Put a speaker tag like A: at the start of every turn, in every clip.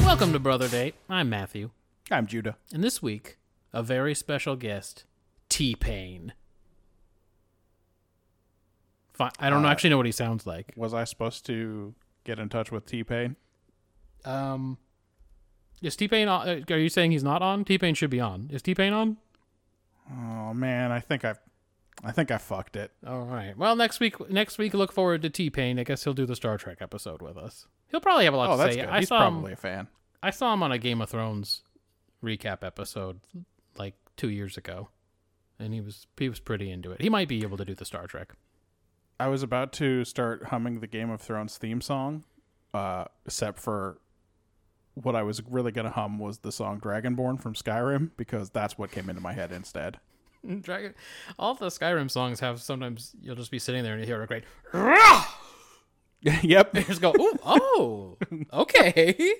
A: Welcome to Brother Date. I'm Matthew,
B: I'm Judah.
A: and this week, a very special guest, T Pain. Fi- I don't actually know what he sounds like.
B: Was I supposed to get in touch with T Pain?
A: Um, is T Pain? Are you saying he's not on? T Pain should be on. Is T Pain on?
B: Oh man, I think I, I think I fucked it.
A: All right. Well, next week, next week, look forward to T Pain. I guess he'll do the Star Trek episode with us. He'll probably have a lot
B: Oh,
A: to
B: that's
A: say.
B: good.
A: I
B: He's
A: saw him-
B: probably a fan.
A: I saw him on a Game of Thrones recap episode like two years ago, and he was he was pretty into it. He might be able to do the Star Trek.
B: I was about to start humming the Game of Thrones theme song, uh, except for what I was really gonna hum was the song Dragonborn from Skyrim because that's what came into my head instead.
A: Dragon, all the Skyrim songs have sometimes you'll just be sitting there and you hear a great
B: yep.
A: just go Ooh, oh okay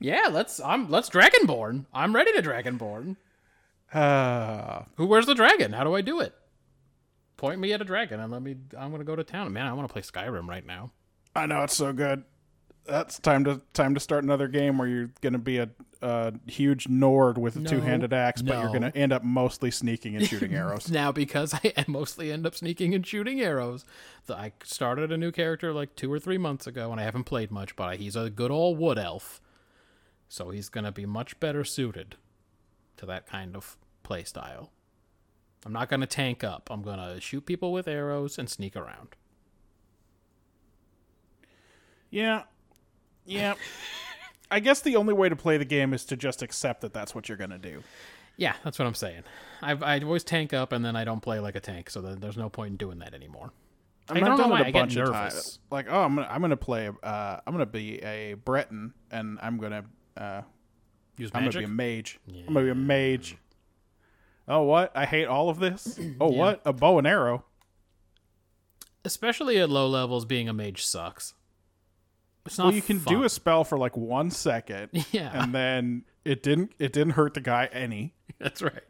A: yeah let's I'm let's Dragonborn I'm ready to Dragonborn
B: Uh,
A: who wears the dragon how do I do it point me at a dragon and let me I'm gonna go to town man I want to play Skyrim right now
B: I know it's so good. That's time to time to start another game where you're gonna be a, a huge Nord with a
A: No.
B: two-handed axe, but
A: No.
B: you're gonna end up mostly sneaking and shooting arrows.
A: now because I mostly end up sneaking and shooting arrows. The- I started a new character like two or three months ago, and I haven't played much, but he's a good old wood elf, so he's gonna be much better suited to that kind of play style. I'm not gonna tank up. I'm gonna shoot people with arrows and sneak around.
B: Yeah, yeah. I guess the only way to play the game is to just accept that that's what you're gonna do.
A: Yeah, that's what I'm saying. I've I always tank up, and then I don't play like a tank, so then there's no point in doing that anymore.
B: I mean,
A: don't
B: I've
A: know
B: done
A: why
B: it
A: I
B: a
A: get
B: bunch of
A: nervous.
B: times. Like, oh, I'm gonna I'm gonna play. Uh, I'm gonna be a Breton, and I'm gonna uh,
A: Use
B: I'm
A: magic.
B: gonna be a mage. I'm gonna be a mage. Oh, what? I hate all of this. Oh, what? A bow and arrow.
A: Especially at low levels, being a mage sucks. It's not
B: Well, you can do
A: fun.
B: a spell for like one second,
A: Yeah.
B: and then it didn't it didn't hurt the guy any.
A: That's right.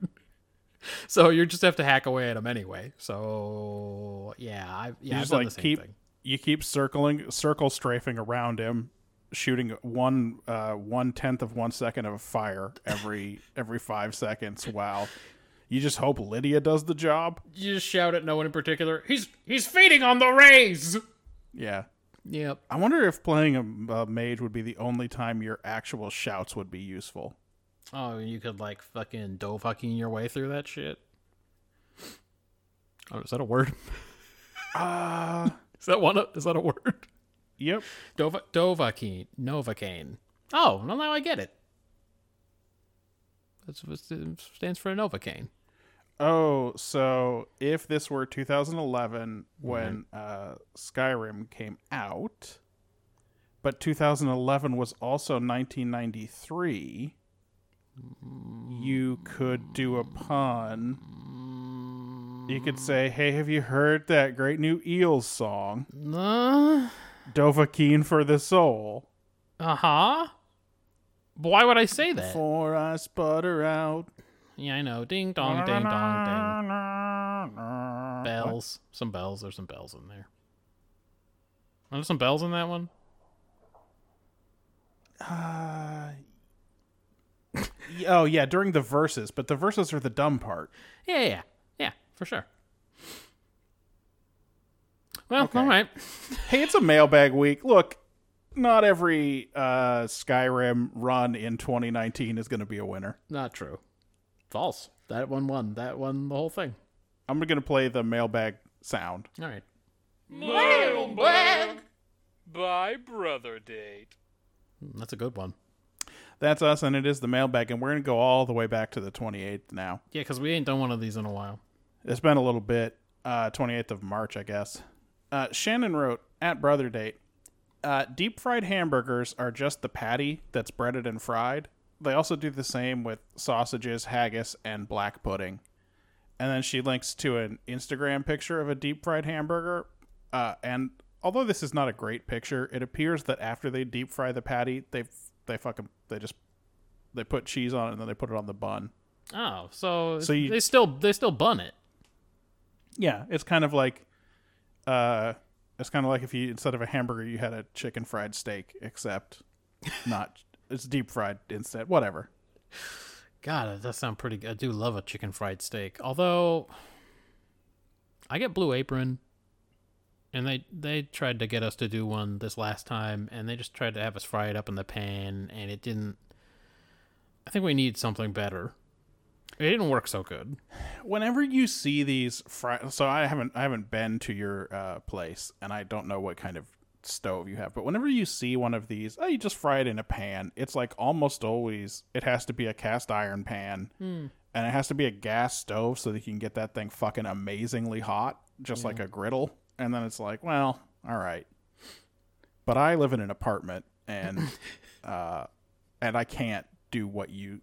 A: So you just have to hack away at them anyway. So yeah, I yeah,
B: You
A: I've
B: just
A: done the
B: like
A: same
B: keep
A: thing.
B: you keep circling circle strafing around him, shooting one uh one tenth of one second of fire every every five seconds. Wow. You just hope Lydia does the job.
A: You just shout at no one in particular. He's he's feeding on the rays.
B: Yeah.
A: Yep.
B: I wonder if playing a, a mage would be the only time your actual shouts would be useful.
A: Oh, you could like fucking dove hucking your way through that shit. Oh, is that a word?
B: Uh
A: Is that one? Of, is that a word?
B: yep.
A: Dova Dovahkiin Novocaine. Oh, well now I get it. That's what it stands for Novocaine.
B: Oh, so if this were 2011 when uh, Skyrim came out, but 2011 was also 1993, you could do a pun. You could say, "Hey, have you heard that great new Eels song,
A: Uh,
B: Dovahkiin for the Soul?"
A: Uh huh. Why would I say that?
B: Before I sputter out,
A: Yeah, I know. Ding dong, ding dong, ding. Bells. Some bells. There's some bells in there. Are there some bells in that one?
B: Uh, y- oh yeah, during the verses, but the verses are the dumb part.
A: Yeah, yeah, yeah. Yeah, for sure. Well,
B: Okay.
A: all right.
B: Hey, it's a mailbag week. Look, not every uh, Skyrim run in 2019 is going to be a winner.
A: Not true. False. That one won. That won the whole thing.
B: I'm going to play the mailbag sound.
A: All right.
C: Mailbag by Brother Date.
A: That's a good one.
B: That's us, and it is the mailbag, and we're going to go all the way back to the 28th now.
A: Yeah, because we ain't done one of these in a while.
B: It's been a little bit. Uh, 28th of March, I guess. Uh, Shannon wrote at Brother Date uh, Deep fried hamburgers are just the patty that's breaded and fried. They also do the same with sausages, haggis, and black pudding. And then she links to an Instagram picture of a deep fried hamburger. Uh, and although this is not a great picture, it appears that after they deep fry the patty, they they fucking they just they put cheese on it and then they put it on the bun.
A: Oh, so,
B: So you-
A: they still they still bun it.
B: Yeah, it's kind of like, uh, it's kind of like if you instead of a hamburger you had a chicken fried steak, except not it's deep fried instead. Whatever.
A: God, that does sound pretty good. I do love a chicken fried steak. Although I get Blue Apron and they they tried to get us to do one this last time and they just tried to have us fry it up in the pan and it didn't I think we need something better. It didn't work so good.
B: Whenever you see these fried, so I haven't I haven't been to your uh, place, and I don't know what kind of stove you have, but whenever you see one of these, oh, you just fry it in a pan. It's like almost always it has to be a cast iron pan, and it has to be a gas stove so that you can get that thing fucking amazingly hot, just like a griddle. And then it's like, well, all right. but I live in an apartment and uh, and I can't do what you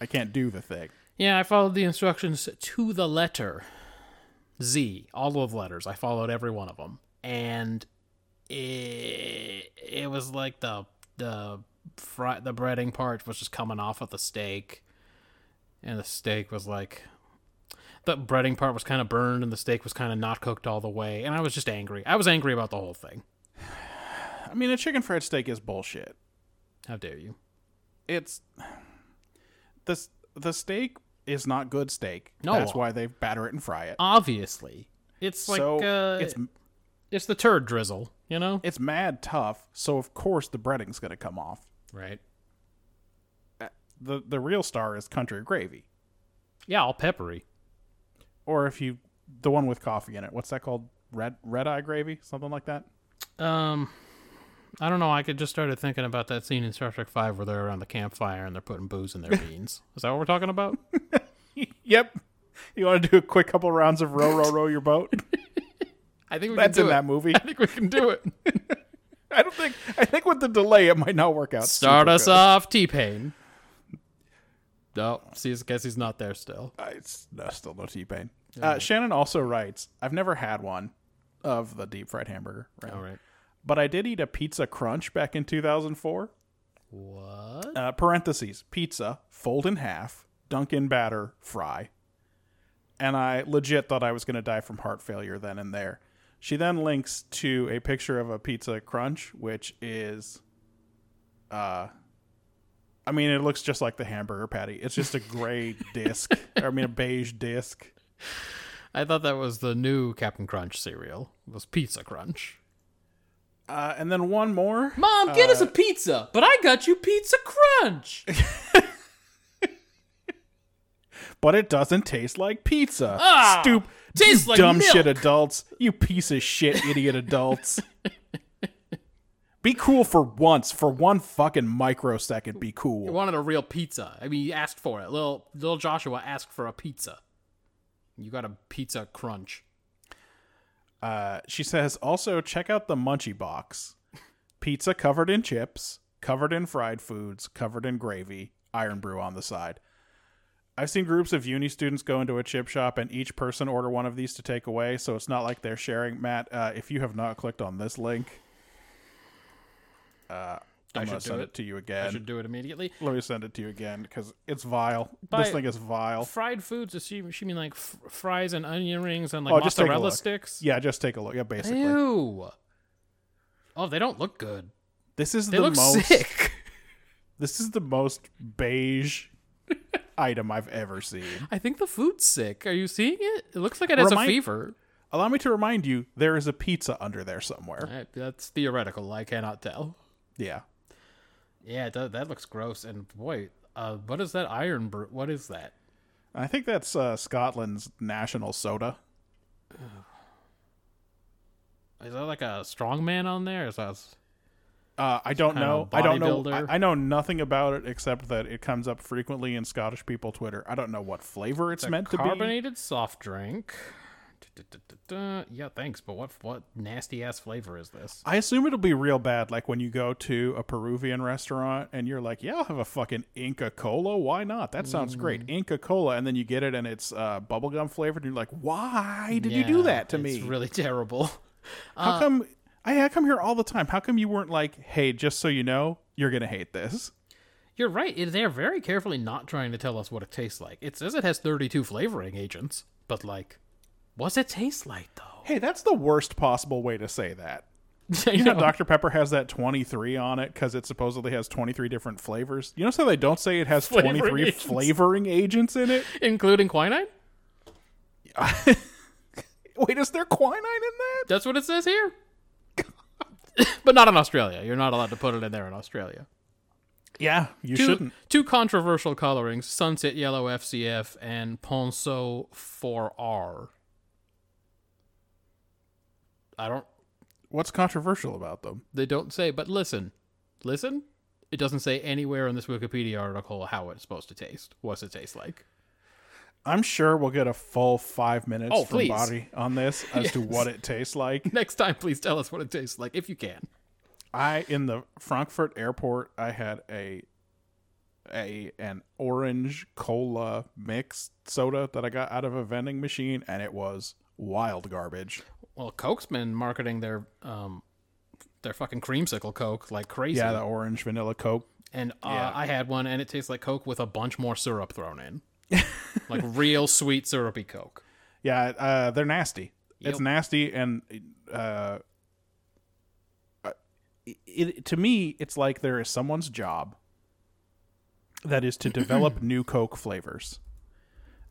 B: I can't do the thing.
A: Yeah, I followed the instructions to the letter. Z, all of letters. I followed every one of them. And it, it was like the the fry, the breading part was just coming off of the steak. And the steak was like the breading part was kind of burned and the steak was kind of not cooked all the way and I was just angry. I was angry about the whole thing.
B: I mean, a chicken fried steak is bullshit.
A: How dare you?
B: It's this the steak is not good steak.
A: No.
B: that's why they batter it and fry it.
A: Obviously. It's like
B: so
A: uh,
B: it's
A: it's it's the turd drizzle, you know?
B: it's mad tough. So of course the breading's gonna come off.
A: Right.
B: the The real star is country gravy,
A: Yeah, all peppery.
B: or if you the one with coffee in it. What's that called? Red red eye gravy, something like that.
A: Um, I don't know. I could just started thinking about that scene in Star Trek Five where they're around the campfire and they're putting booze in their beans. Is that what we're talking about?
B: Yep. You want to do a quick couple rounds of row, row, row your boat?
A: I think we
B: That's
A: can do
B: in
A: it.
B: that movie.
A: I think we can do it.
B: I don't think. I think with the delay, it might not work out.
A: Start
B: super
A: us
B: good.
A: off, T Pain. No, see, I guess he's not there still.
B: Uh, It's no, still no T pain. Uh, Shannon also writes, "I've never had one of the deep fried hamburger, right?
A: All right.
B: but I did eat a pizza crunch back in 2004.
A: What?
B: Uh, parentheses pizza fold in half, dunk in batter, fry." And I legit thought I was going to die from heart failure then and there. She then links to a picture of a pizza crunch, which is, uh, I mean, it looks just like the hamburger patty. It's just a gray disc, or I mean, a beige disc.
A: I thought that was the new Captain Crunch cereal. It was Pizza Crunch.
B: Uh, and then one more. Uh,
C: Mom, get us a pizza, but I got you Pizza Crunch.
B: but it doesn't taste like pizza.
C: Ah,
B: Stoop.
C: tastes
B: you
C: like
B: dumb shit
C: milk.
B: adults. You piece of shit idiot adults. be cool for once. For one fucking microsecond, be
A: You
B: cool.
A: wanted a real pizza. I mean, you asked for it. Little little Joshua asked for a pizza. You got a pizza crunch.
B: Uh, she says also check out the Munchie Box. Pizza covered in chips, covered in fried foods, covered in gravy, iron brew on the side. I've seen groups of uni students go into a chip shop and each person order one of these to take away, so it's not like they're sharing. Matt, uh, if you have not clicked on this link, uh, I
A: gonna
B: should
A: do
B: send it.
A: it.
B: to you
A: I
B: again.
A: should do it immediately.
B: Let me send it to you again because it's vile.
A: By-
B: this thing is vile.
A: fried foods is she, she mean like f- fries and onion rings and like
B: Oh, just take a
A: mozzarella
B: look.
A: sticks
B: Yeah, just take a look. Yeah, basically,
A: ew oh they don't look good
B: this is
A: they
B: the
A: look
B: most.
A: sick
B: This is the most beige item I've ever seen.
A: i think the food's sick are you seeing it it looks like it has
B: Remind-
A: a fever
B: Allow me to remind you, there is a pizza under there somewhere.
A: I- that's theoretical i cannot tell
B: Yeah.
A: yeah that, that looks gross and boy uh, what is that iron brew what is that
B: I think that's uh, Scotland's national soda.
A: is that like a strong man on there is that
B: Uh, I don't
A: kind
B: know.
A: of
B: I don't know.
A: bodybuilder.
B: I, I know nothing about it except that it comes up frequently in Scottish people Twitter. I don't know what flavor it's,
A: It's a
B: meant to be.
A: carbonated soft drink. Du-du-du-du-du. Yeah, thanks, but what what nasty ass flavor is this?
B: I assume it'll be real bad, like when you go to a Peruvian restaurant and you're like, "Yeah, I'll have a fucking Inca Cola. Why not? That sounds great,
A: Mm.
B: Inca Cola." And then you get it, and it's uh, bubblegum flavored, and you're like, "Why did you do
A: Yeah,
B: that to me?
A: It's Uh, really terrible.
B: How come? I, I come here all the time. How come you weren't like, hey, just so you know, you're gonna hate this."
A: You're right. it- They're very carefully not trying to tell us what it tastes like. It says it has 32 flavoring agents, but like, what's it taste like though?
B: Hey, that's the worst possible way to say that.
A: I
B: You know,
A: know.
B: Dr. Pepper has that 23 on it because it supposedly has 23 different flavors. You notice how they don't say it has
A: Flavoring
B: 23
A: agents.
B: flavoring agents in it?
A: Including quinine?
B: Wait, is there quinine in that?
A: That's what it says here. but not in Australia. You're not allowed to put it in there in Australia.
B: Yeah, you
A: Two,
B: shouldn't.
A: two controversial colorings Sunset Yellow FCF and Ponceau 4R. I don't
B: What's controversial about them?
A: They don't say, but listen, listen. It doesn't say anywhere in this Wikipedia article how it's supposed to taste. What's it taste like?
B: I'm sure we'll get a full five minutes
A: Oh,
B: from
A: please.
B: Body on this as to what it tastes like.
A: Next time, please tell us what it tastes like if you can.
B: I in the Frankfurt airport, I had a a an orange cola mixed soda that I got out of a vending machine, and it was wild garbage.
A: Well, Coke's been marketing their um their fucking creamsicle Coke like crazy.
B: Yeah, the orange vanilla Coke.
A: and uh,
B: yeah.
A: I had one, and it tastes like Coke with a bunch more syrup thrown in, like real sweet syrupy Coke.
B: Yeah, uh, they're nasty. It's
A: Yep.
B: nasty, and uh, it, to me, it's like there is someone's job that is to develop new Coke flavors,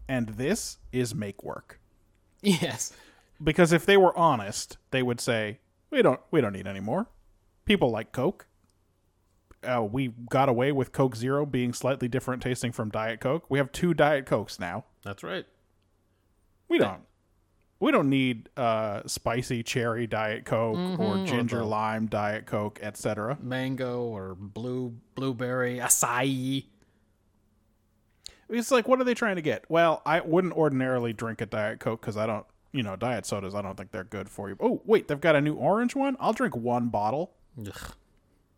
B: and this is make work.
C: Yes.
B: because if they were honest, they would say, "We don't, we don't need any more. People like Coke. Uh, we got away with Coke Zero being slightly different tasting from Diet Coke. We have two Diet Cokes now.
A: That's right.
B: We don't, we don't need uh, spicy cherry Diet Coke or ginger lime Diet Coke, etc.
A: Mango or blue blueberry acai.
B: It's like, what are they trying to get? Well, I wouldn't ordinarily drink a Diet Coke because I don't." You know, diet sodas, I don't think they're good for you. Oh, wait, they've got a new orange one? I'll drink one bottle.
A: Ugh,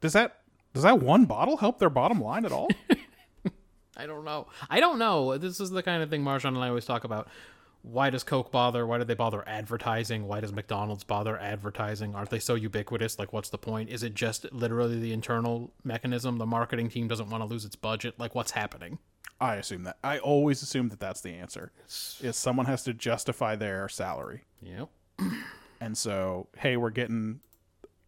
B: Does that does that one bottle help their bottom line at all?
A: I don't know. I don't know. This is the kind of thing Marjan and I always talk about. Why does Coke bother? Why do they bother advertising? Why does McDonald's bother advertising? Aren't they so ubiquitous? Like, what's the point? Is it just literally the internal mechanism? The marketing team doesn't want to lose its budget? Like, what's happening?
B: I assume that. I always assume that that's the answer. Is someone has to justify their salary,
A: Yep.
B: and so hey, we're getting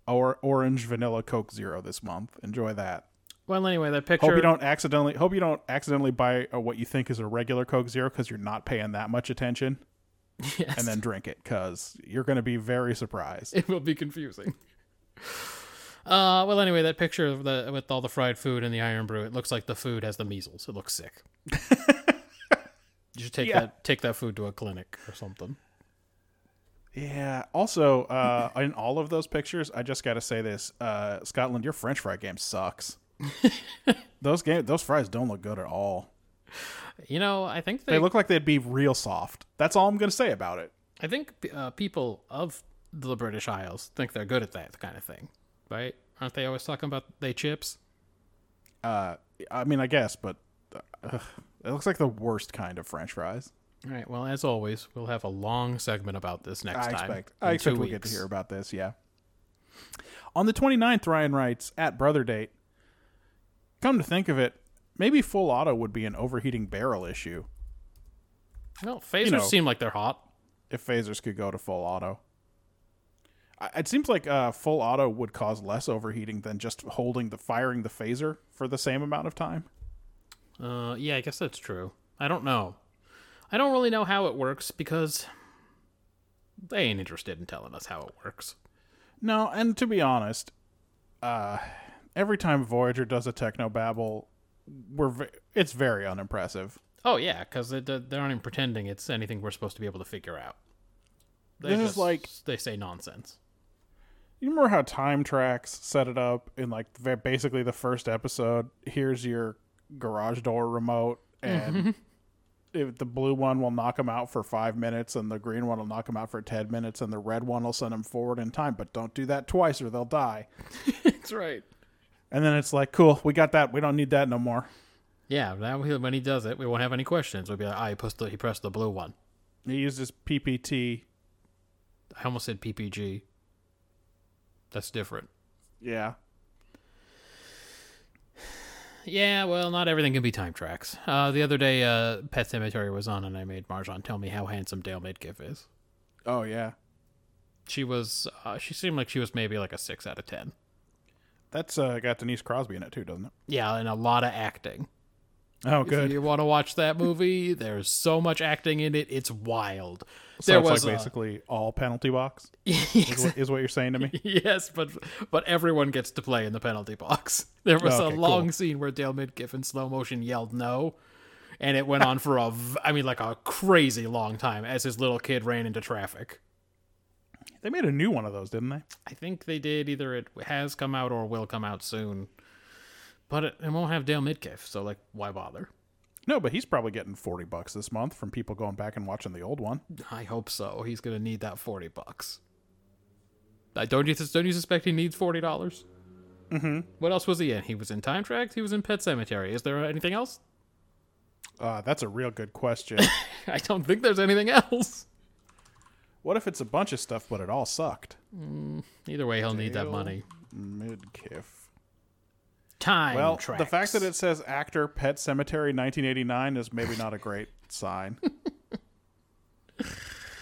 B: our orange vanilla Coke Zero this month. Enjoy that.
A: Well, anyway, that
B: Hope
A: picture.
B: you don't accidentally hope you don't accidentally buy uh what you think is a regular Coke Zero because you're not paying that much attention,
A: Yes.
B: and then drink it because you're going to be very surprised.
A: it will be confusing. Uh, well, anyway, that picture of the with all the fried food and the iron brew, it looks like the food has the measles. It looks sick. you should take
B: Yeah.
A: that take that food to a clinic or something.
B: Yeah. Also, uh, in all of those pictures, I just got to say this: uh, Scotland, your French fry game sucks. those game, those fries don't look good at all.
A: You know, I think they,
B: They look like they'd be real soft. That's all I'm gonna say about it.
A: I think uh, people of the British Isles think they're good at that kind of thing, right? Aren't they always talking about they chips?
B: Uh, I mean, I guess, but uh, it looks like the worst kind of French fries.
A: All right. Well, as always, we'll have a long segment about this next
B: I
A: time.
B: expect.
A: in
B: I expect
A: two
B: we'll get to
A: weeks.
B: hear about this. Yeah. On the 29th, Ryan writes at Brother Date. Come to think of it, maybe full auto would be an overheating barrel issue.
A: Well, phasers
B: know.
A: seem like they're hot.
B: if phasers could go to full auto. I- It seems like uh, full auto would cause less overheating than just holding the firing the phaser for the same amount of time.
A: Uh, yeah, I guess that's true. I don't know. I don't really know how it works because they ain't interested in telling us how it works.
B: No, and to be honest, uh, every time Voyager does a techno babble, we're ve- it's very unimpressive.
A: Oh yeah, because they, they they aren't even pretending it's anything we're supposed to be able to figure out. They
B: This is
A: just-
B: like-
A: they say nonsense.
B: You remember how Time Tracks set it up in like ve- basically the first episode? Here's your garage door remote, and if the blue one will knock him out for five minutes, and the green one will knock him out for ten minutes, and the red one will send him forward in time. But don't do that twice, or they'll die.
A: That's right.
B: And then it's like, cool, we got that. We don't need that no more.
A: Yeah, now he- when he does it, we won't have any questions. We'll be like, ah, he pressed the, he pressed the blue one.
B: He used his PPT.
A: I almost said PPG. That's different.
B: Yeah.
A: Yeah, well, not everything can be time tracks. Uh, the other day, uh, Pet Cemetery was on, and I made Marjan tell me how handsome Dale Midkiff is.
B: Oh yeah.
A: She was, uh, she seemed like she was maybe like a six out of ten.
B: That's uh, got Denise Crosby in it too, doesn't it?
A: Yeah, and a lot of acting.
B: Oh,
A: If
B: good.
A: you want to watch that movie, there's so much acting in it; it's wild.
B: So
A: there
B: it's
A: was uh,
B: like
A: a-
B: basically all penalty box is what, is what you're saying to me.
A: yes, but but everyone gets to play in the penalty box. There was
B: Okay,
A: a
B: cool.
A: long scene where Dale Midkiff in slow motion yelled no, and it went on for a, v- I mean, like a crazy long time as his little kid ran into traffic.
B: They made a new one of those, didn't they?
A: I think they did. Either it has come out or will come out soon, but it, it won't have Dale Midkiff. So like, why bother?
B: No, but he's probably getting 40 bucks this month from people going back and watching the old one.
A: I hope so. He's gonna need that forty bucks. Uh, don't you don't you suspect he needs forty dollars? Mm-hmm. What else was he in? He was in Time Tracks. He was in Pet Cemetery. Is there anything else?
B: Uh, that's a real good question.
A: I don't think there's anything else.
B: what if it's a bunch of stuff, but it all sucked?
A: Either way, he'll need that
B: Dale.
A: money.
B: Midkiff.
A: Time.
B: Well,
A: tracks.
B: the fact that it says actor Pet Cemetery 1989 is maybe not a great sign.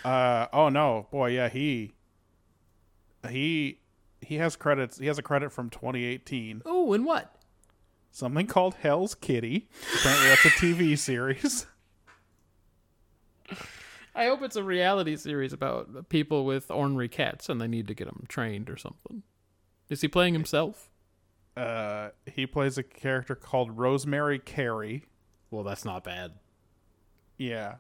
B: Uh, oh no, boy, yeah, he he he has credits. He has a credit from 2018.
A: oh, and what?
B: Something called Hell's Kitty. Apparently, that's a TV series.
A: I hope it's a reality series about people with ornery cats and they need to get them trained or something. Is he playing himself?
B: Uh, he plays a character called Rosemary Carey.
A: Well, that's not bad.
B: Yeah.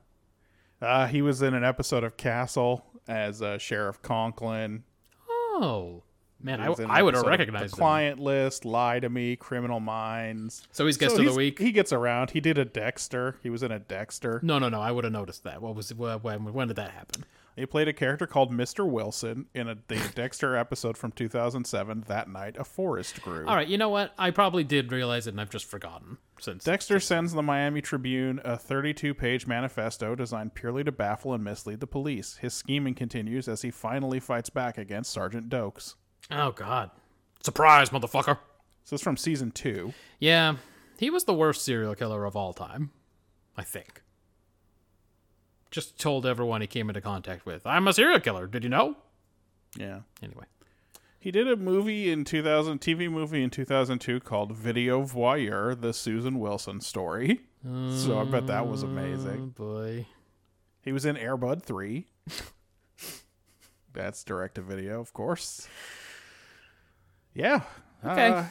B: Uh, he was in an episode of Castle as uh, Sheriff Conklin.
A: Oh man,
B: He
A: I,
B: was in an
A: I would have
B: episode of
A: recognized
B: the
A: him.
B: client list, Lie to Me, Criminal Minds.
A: So he's guest
B: So
A: of the
B: he's-
A: week.
B: He gets around. He did a Dexter. He was in a Dexter.
A: No, no, no. I would have noticed that. What was wh- when? When did that happen?
B: He played a character called Mr. Wilson in a the Dexter episode from 2007. That night, a forest grew.
A: All right. You know what? I probably did realize it, and I've just forgotten since.
B: Dexter sends the Miami Tribune a 32 page manifesto designed purely to baffle and mislead the police. His scheming continues as he finally fights back against Sergeant Doakes.
A: oh God! Surprise, motherfucker!
B: So it's from season two.
A: Yeah, he was the worst serial killer of all time. I think. Just told everyone he came into contact with, "I'm a serial killer." Did you know?
B: Yeah.
A: Anyway,
B: He did a movie in 2000, TV movie in 2002 called Video Voyeur, The Susan Wilson Story. So I bet that was
A: oh
B: amazing.
A: boy.
B: He was in Airbud 3. That's direct to video, of course. Yeah.
A: Okay.
B: Uh,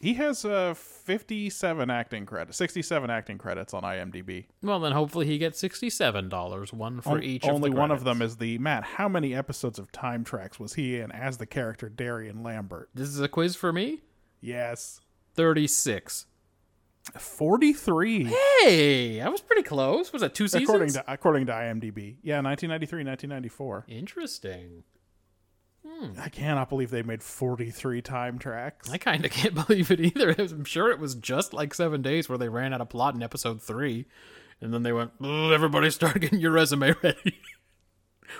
B: he has uh, 57 acting credits, 67 acting credits on IMDb.
A: Well, then hopefully he gets sixty-seven dollars, one for
B: On-
A: each.
B: Only
A: of the
B: one of
A: credits.
B: them is the Matt. How many episodes of Time Tracks was he in as the character Darian Lambert?
A: This is a quiz for me.
B: Yes.
A: Thirty-six.
B: 43.
A: Hey, I was pretty close. Was that two seasons?
B: According to according to IMDb, yeah, 1993, 1994.
A: Interesting.
B: I cannot believe they made 43 time tracks.
A: Hmm. I kind of can't believe it either. I'm sure it was just like Seven Days where they ran out of plot in episode three, and then they went, "Ugh, "Everybody, start getting your resume ready.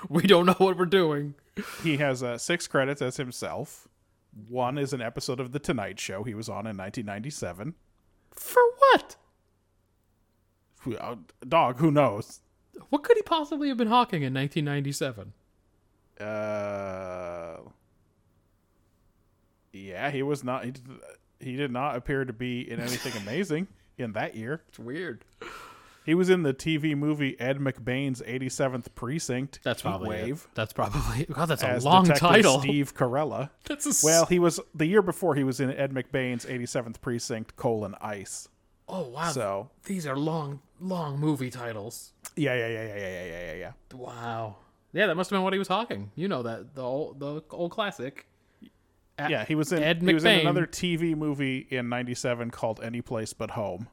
A: we don't know what we're doing."
B: He has uh, six credits as himself. One is an episode of The Tonight Show he was on in 1997.
A: For what?
B: Who- uh, Dog, who knows?
A: What could he possibly have been hawking in 1997?
B: Uh, yeah, he was not. He did, he did not appear to be in anything amazing in that year.
A: It's weird.
B: He was in the TV movie Ed McBain's 87th Precinct.
A: That's
B: Heat
A: probably it.
B: Wave.
A: That's probably God. That's a
B: as
A: long
B: Detective
A: title.
B: Steve Carella.
A: That's a s-
B: Well, he was the year before he was in Ed McBain's 87th Precinct: Colon Ice.
A: oh wow.
B: So
A: These are long, long movie titles.
B: yeah, yeah, yeah, yeah, yeah, yeah, yeah, yeah, yeah.
A: Wow. Yeah, that must have been what he was hawking. You know that the old, the old classic.
B: yeah, he was in
A: Ed
B: he was in
A: McBain.
B: another TV movie in 97 called Any Place But Home.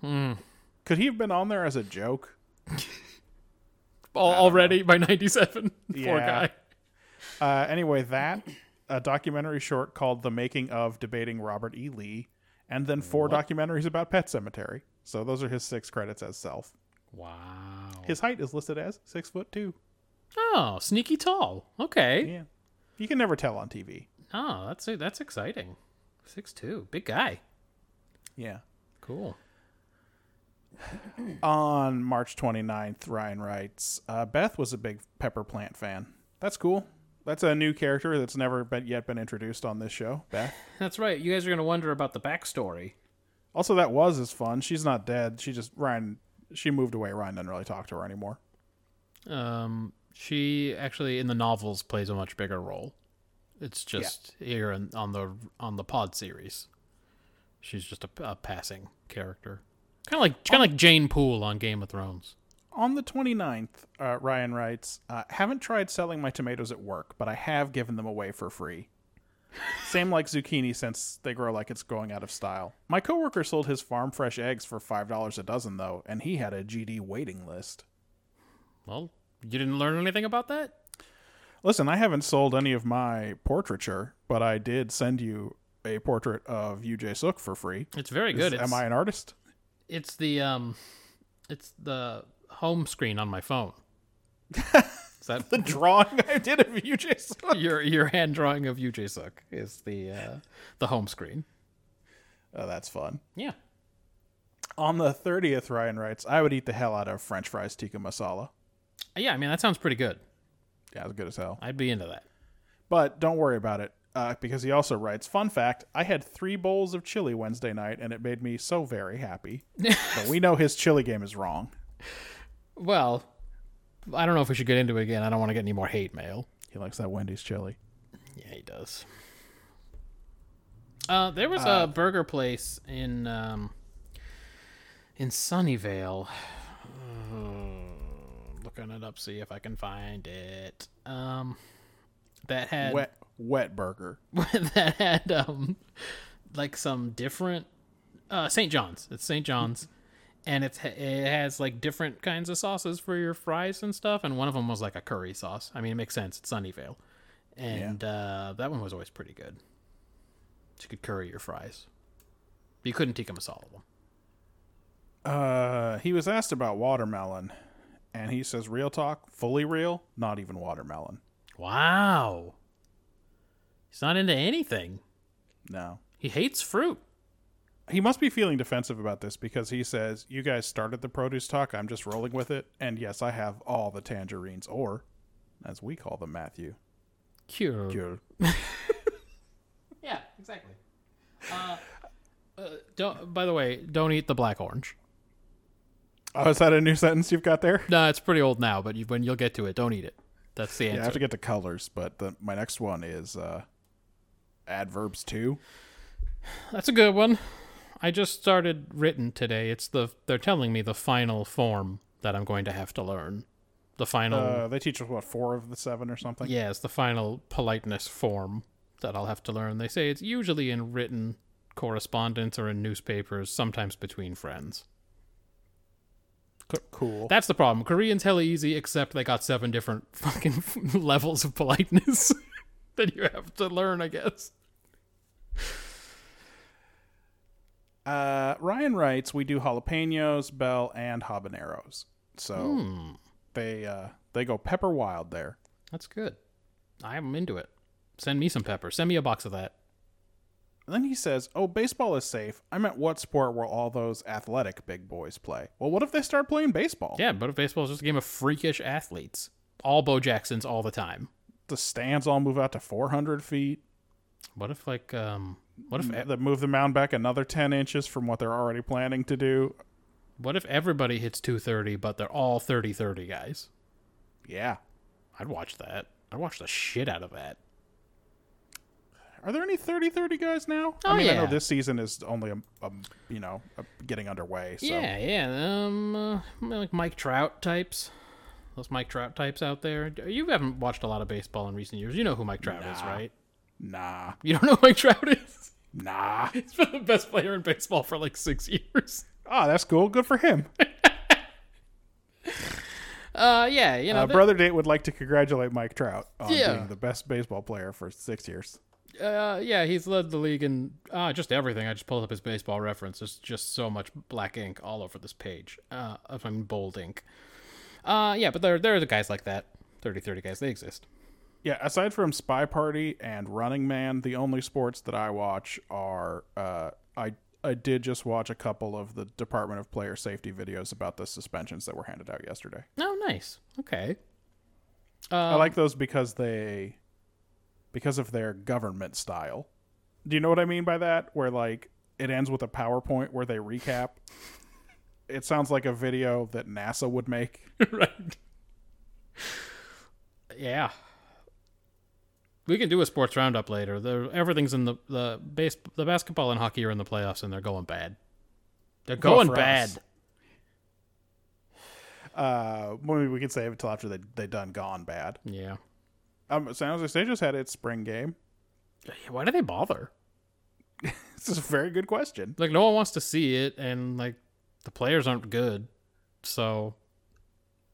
A: Hmm.
B: Could he have been on there as a joke?
A: Al- already by 97. Poor
B: Yeah.
A: guy.
B: Uh, anyway, that a documentary short called "The Making of Debating Robert E. Lee," and then four documentaries about Pet Cemetery. So those are his six credits as self.
A: Wow.
B: His height is listed as six foot two.
A: Oh, sneaky tall. Okay.
B: Yeah, you can never tell on TV.
A: Oh, that's that's exciting. Six two, big guy.
B: Yeah.
A: Cool.
B: On March 29th, Ryan writes, uh, "Beth was a big Pepper Plant fan. That's cool. That's a new character that's never been yet been introduced on this show. Beth.
A: That's right. You guys are gonna wonder about the backstory.
B: Also, that was is fun. She's not dead. She just Ryan. She moved away. Ryan doesn't really talk to her anymore.
A: Um, she actually in the novels plays a much bigger role. It's just here in, on the on the pod series. She's just a, a passing character, kind of like kind of like Jane Poole on Game of Thrones.
B: On the 29th, uh, Ryan writes, uh, haven't tried selling my tomatoes at work, but I have given them away for free. Same like zucchini since they grow like it's going out of style. My coworker sold his farm fresh eggs for $5 a dozen, though, and he had a GD waiting list.
A: Well, you didn't learn anything about that.
B: Listen, I haven't sold any of my portraiture, but I did send you a portrait of UJ Sook for free.
A: It's very
B: Is-
A: good. It's,
B: Am I an artist?
A: it's the um, it's the home screen on my phone. Is that
B: The drawing I did of UJ Sook.
A: your your hand drawing of UJ Sook is the uh, the home screen.
B: Oh, that's fun.
A: Yeah.
B: On the 30th, Ryan writes, I would eat the hell out of french fries tikka masala.
A: Yeah, I mean that sounds pretty good.
B: Yeah, it's good as hell.
A: I'd be into that.
B: But don't worry about it, uh, because he also writes Fun fact I had three bowls of chili Wednesday night, and it made me so very happy. but we know his chili game is wrong.
A: Well, I don't know if we should get into it again. I don't want to get any more hate mail.
B: He likes that Wendy's chili.
A: Yeah, he does. Uh, there was a burger place in um, in Sunnyvale. Uh, looking it up, see if I can find it. Um, that had
B: Wet, wet burger.
A: that had um, like some different uh, St. John's. It's St. John's, and it's it has like different kinds of sauces for your fries and stuff. And one of them was like a curry sauce. I mean, it makes sense. It's Sunnyvale, and uh, that one was always pretty good. You could curry your fries. You couldn't tikka masala them.
B: Uh, he was asked about watermelon, and he says, Real talk, fully real, not even watermelon.
A: Wow, he's not into anything.
B: No.
A: He hates fruit.
B: He must be feeling defensive about this because he says, You guys started the produce talk. I'm just rolling with it. And yes, I have all the tangerines, or as we call them, Matthew.
A: Cure.
B: You're-
A: Yeah, exactly. Uh, uh, don't. By the way, don't eat the black orange.
B: Oh, is that a new sentence you've got there?
A: No, it's pretty old now, but you, when you'll get to it, don't eat it. That's the
B: Yeah, I
A: answer.
B: have to get to colors, but the, my next one is uh, adverbs too.
A: That's a good one. I just started written today. It's the they're telling me the final form that I'm going to have to learn. The final,
B: Uh, they teach us what four of the seven or something.
A: yeah, it's the final politeness form that I'll have to learn. They say it's usually in written correspondence or in newspapers, sometimes between friends.
B: C- cool.
A: That's the problem. Korean's hella easy, except they got seven different fucking levels of politeness that you have to learn, I guess.
B: Uh, Ryan writes, "We do jalapenos, bell, and habaneros." So they uh, they go pepper wild there.
A: That's good. I'm into it. Send me some pepper. Send me a box of that.
B: And then he says, "Oh, baseball is safe. I meant what sport will all those athletic big boys play? Well, what if they start playing baseball?
A: Yeah, but if baseball is just a game of freakish athletes. All Bo Jacksons all the time.
B: The stands all move out to four hundred feet.
A: What if like um what if
B: That move the mound back another ten inches from what they're already planning to do.
A: what if everybody hits 230 but they're all 30-30 guys?
B: Yeah."
A: I'd watch that. I'd watch the shit out of that.
B: Are there any 30-30 guys now?
A: Oh,
B: I mean, I know
A: yeah.
B: this season is only um um, you know uh, getting underway. So
A: Yeah, yeah. Um uh, like Mike Trout types. Those Mike Trout types out there. You haven't watched a lot of baseball in recent years. You know who Mike Trout is, right?
B: Nah,
A: You don't know who Mike Trout is?
B: nah.
A: He's been the best player in baseball for like six years.
B: Ah, that's cool. Good for him.
A: Uh, yeah, you know,
B: Uh,
A: that-
B: Brother Date would like to congratulate Mike Trout on
A: Yeah.
B: being the best baseball player for six years.
A: uh, yeah, he's led the league in uh, just everything. I just pulled up his baseball reference. There's just so much black ink all over this page. Uh, I mean, bold ink. Uh, yeah, but there, there are the guys like that. 30 30 guys, they exist.
B: Yeah, aside from Spy Party and Running Man, the only sports that I watch are uh, I I did just watch a couple of the Department of Player Safety videos about the suspensions that were handed out yesterday.
A: Oh, nice. Okay.
B: I like those because they because of their government style. Do you know what I mean by that? Where like it ends with a PowerPoint where they recap. it sounds like a video that NASA would make.
A: right. Yeah. We can do a sports roundup later. There, everything's in the the base, the basketball and hockey are in the playoffs, and they're going bad. They're
B: Well,
A: going
B: for
A: bad.
B: us. Uh, well, maybe we can save it till after they they done gone bad.
A: Yeah.
B: Um, San Jose State just had its spring game.
A: Why do they bother?
B: This is a very good question.
A: Like no one wants to see it, and like the players aren't good, so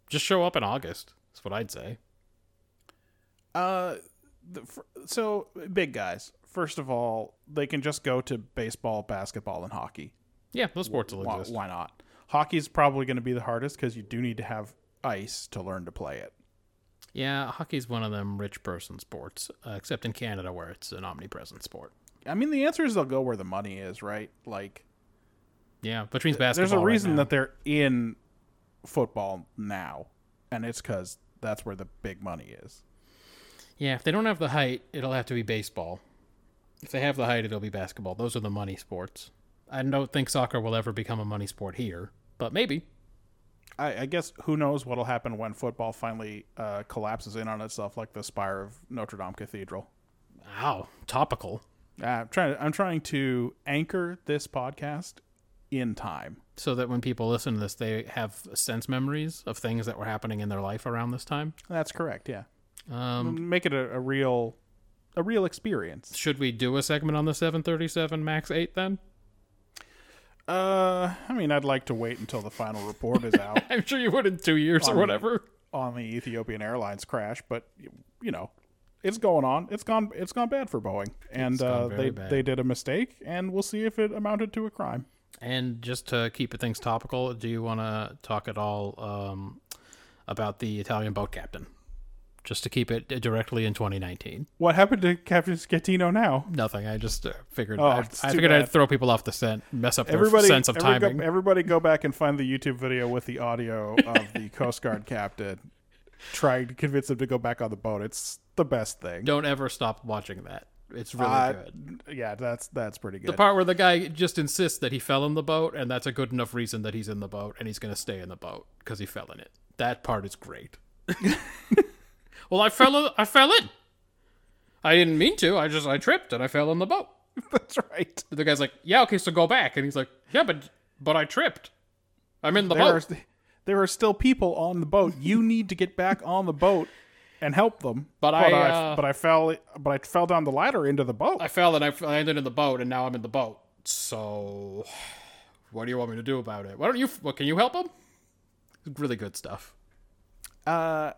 A: just show up in August. That's what I'd say.
B: Uh, the, fir- so big guys. First of all, they can just go to baseball, basketball, and hockey.
A: Yeah, those sports will
B: why,
A: exist.
B: why not? Hockey's probably going to be the hardest because you do need to have ice to learn to play it.
A: Yeah, hockey's one of them rich person sports, uh, except in Canada where it's an omnipresent sport.
B: I mean, the answer is they'll go where the money is, right? Like,
A: Yeah, which means basketball.
B: there's a
A: right
B: reason
A: now.
B: that they're in football now, and it's because that's where the big money is.
A: Yeah, if they don't have the height, it'll have to be baseball. If they have the height, it'll be basketball. Those are the money sports. I don't think soccer will ever become a money sport here, but maybe.
B: I, I guess who knows what'll happen when football finally uh, collapses in on itself, like the spire of Notre Dame Cathedral.
A: Ow, topical.
B: Uh, I'm trying. I'm trying to anchor this podcast in time.
A: So that when people listen to this, they have sense memories of things that were happening in their life around this time.
B: That's correct. Yeah.
A: Um,
B: Make it a, a real, a real experience.
A: should we do a segment on the 737 MAX 8 then?
B: Uh, I mean, I'd like to wait until the final report is out
A: I'm sure you would in two years or
B: Um,
A: whatever.
B: on the Ethiopian Airlines crash, but you know, it's going on. It's gone. It's gone bad for Boeing, and
A: gone
B: uh,
A: very
B: they
A: bad.
B: they did a mistake, and we'll see if it amounted to a crime.
A: And just to keep things topical, do you want to talk at all um, about the Italian boat captain? Just to keep it directly in 2019.
B: What happened to Captain Scatino now?
A: Nothing. I just uh, figured.
B: Oh,
A: I,
B: it's
A: I
B: too
A: figured I'd
B: bad.
A: throw people off the scent, mess up their
B: Everybody,
A: sense of
B: every-
A: timing.
B: everybody, go back and find the YouTube video with the audio of the Coast Guard captain trying to convince him to go back on the boat. It's the best thing.
A: Don't ever stop watching that. It's really
B: Uh,
A: good.
B: yeah, that's that's pretty good.
A: The part where the guy just insists that he fell in the boat, and that's a good enough reason that he's in the boat, and he's going to stay in the boat because he fell in it. That part is great. well, I fell. I fell in. I didn't mean to. I just I tripped and I fell in the boat.
B: that's right.
A: The guy's like, "Yeah, okay, so go back," and he's like, "Yeah, but but I tripped. I'm in the
B: there are,
A: boat."
B: there are still people on the boat. You need to get back on the boat and help them.
A: But I, uh,
B: but I fell, but I fell down the ladder into the boat.
A: I fell and I f- landed in the boat, and now I'm in the boat. So, what do you want me to do about it? Why don't you? f- What can you help him? Really good stuff.
B: Uh,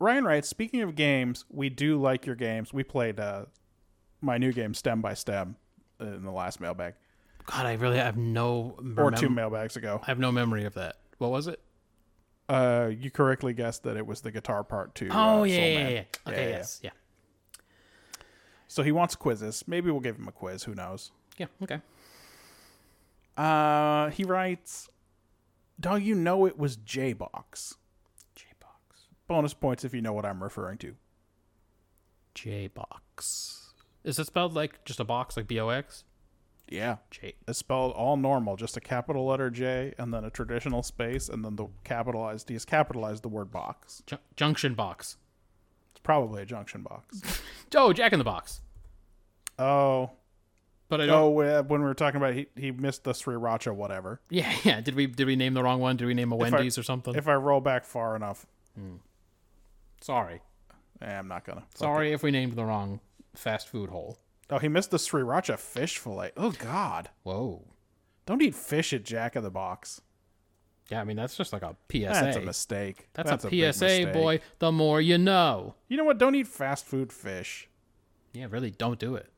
B: Ryan writes. Speaking of games, we do like your games. We played uh, my new game, Stem by Stem, in the last mailbag
A: God, I really have no
B: or two mailbags ago.
A: I have no memory of that. What was it?
B: Uh, you correctly guessed that it was the guitar part uh, too.
A: oh yeah, yeah, yeah, yeah. Okay,
B: yeah,
A: yes, yeah.
B: So he wants quizzes. Maybe we'll give him a quiz. Who knows?
A: yeah, okay.
B: Uh, he writes, "Dog, you know it was J Box.
A: J box,
B: Bonus points if you know what I'm referring to.
A: J box. Is it spelled like just a box, like B O X?
B: Yeah,
A: J.
B: it's spelled all normal, just a capital letter J, and then a traditional space, and then the capitalized. He's capitalized the word box.
A: Ju- junction box.
B: It's probably a junction box.
A: Oh, Jack in the Box.
B: oh,
A: But I don't.
B: oh, uh, when we were talking about, it, he he missed the sriracha, whatever.
A: Yeah, yeah. Did we did we name the wrong one? Did we name a
B: I-
A: Wendy's or something?
B: If I roll back far enough,
A: Sorry,
B: eh, I'm not gonna. Fuck
A: sorry if we named the wrong fast food hole.
B: Oh, he missed the sriracha fish fillet. Oh God!
A: Whoa.
B: Don't eat fish at Jack in the Box.
A: Yeah, I mean that's just like a PSA.
B: That's a mistake.
A: That's a
B: big
A: PSA,
B: mistake.
A: boy. The more you know.
B: You know what? Don't eat fast food fish.
A: Yeah, really, don't do it.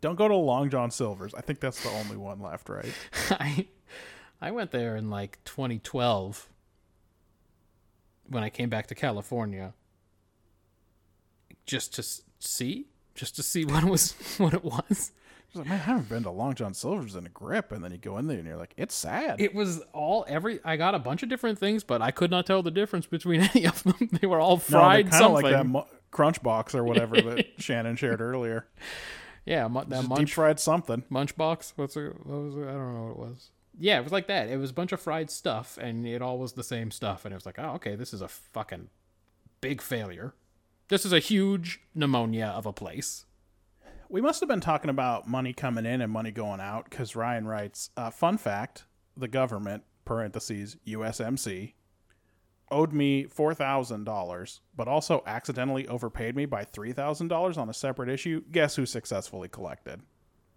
B: Don't go to Long John Silver's. I think that's the only one left, right?
A: I I went there in like 2012 when I came back to California just to s- see, just to see what it was what it was.
B: It's like, man, I haven't been to Long John Silver's in a grip, and then you go in there and you're like, it's sad.
A: It was all every I got a bunch of different things, but I could not tell the difference between any of them. They were all
B: No, they're
A: fried
B: kinda
A: something.
B: like that mu- crunch box or whatever that Shannon shared earlier.
A: yeah, mu- that
B: Just
A: munch
B: deep fried something.
A: Munchbox? What's it? What was it? I don't know what it was. Yeah, it was like that. It was a bunch of fried stuff, and it all was the same stuff. And it was like, oh, okay, this is a fucking big failure. This is a huge pneumonia of a place.
B: We must have been talking about money coming in and money going out because Ryan writes, uh, fun fact, the government, parentheses, USMC, owed me $4,000, but also accidentally overpaid me by $3,000 on a separate issue. Guess who successfully collected?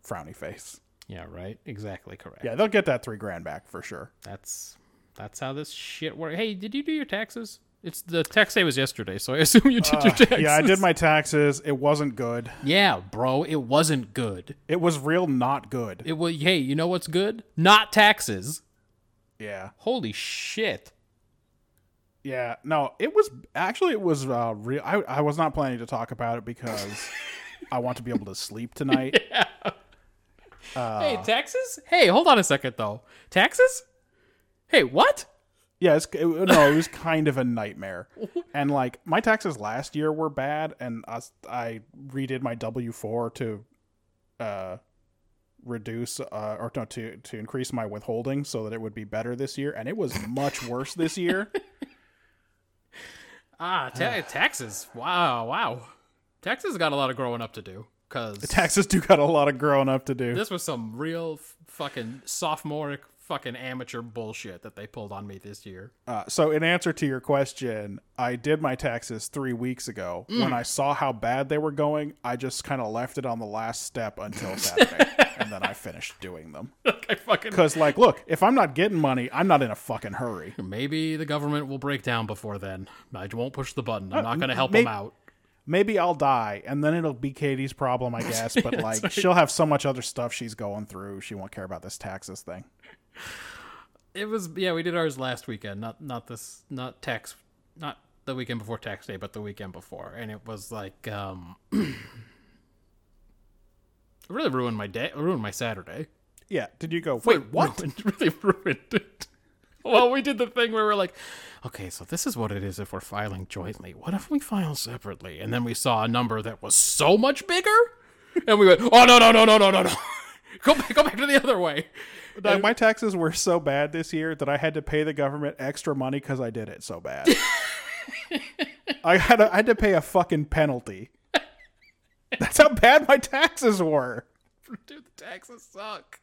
B: Frowny face.
A: Yeah, right. Exactly correct.
B: Yeah, they'll get that three grand back for sure.
A: That's that's how this shit works. Hey, did you do your taxes? It's the tax day was yesterday, so I assume you did your taxes.
B: Uh, Yeah, I did my taxes. It wasn't good.
A: Yeah, bro, it wasn't good.
B: It was real not good.
A: It was. Hey, you know what's good? Not taxes.
B: Yeah.
A: Holy shit.
B: Yeah, no, it was actually it was uh, real. I I was not planning to talk about it because I want to be able to sleep tonight.
A: Hey, taxes? Hey, hold on a second though. Taxes? Hey, what?
B: Yeah, it's, it, no, it was kind of a nightmare, and like my taxes last year were bad, and I s- I redid my W four to uh reduce uh, or no, to to increase my withholding so that it would be better this year, and it was much worse this year.
A: Ah, ta- taxes. Wow, wow. Taxes got a lot of growing up to do cuz
B: taxes do got a lot of growing up to do.
A: this was some real f- fucking sophomoric fucking amateur bullshit that they pulled on me this year.
B: Uh, so, in answer to your question, I did my taxes three weeks ago. When I saw how bad they were going, I just kind of left it on the last step until Saturday, and then I finished doing them.
A: Like I fucking
B: Because, like, look, if I'm not getting money, I'm not in a fucking hurry.
A: maybe the government will break down before then. I won't push the button. I'm not going to help
B: Uh, may-
A: them out.
B: Maybe I'll die, and then it'll be Katie's problem, I guess. But like, she'll have so much other stuff she's going through; she won't care about this taxes thing.
A: It was yeah, we did ours last weekend, not not this not tax not the weekend before tax day, but the weekend before. And it was like um it really ruined my day it ruined my Saturday.
B: Yeah. Did you go?
A: It
B: Wait, what?
A: ruined- really ruined it. Well, we did the thing where we're like, okay, so this is what it is if we're filing jointly. What if we file separately? And then we saw a number that was so much bigger, and we went, oh no no no no no no no, go back go back to the other way.
B: Dog, my taxes were so bad this year that I had to pay the government extra money because I did it so bad. I had a, I had to pay a fucking penalty. That's how bad my taxes were.
A: Dude, the taxes suck.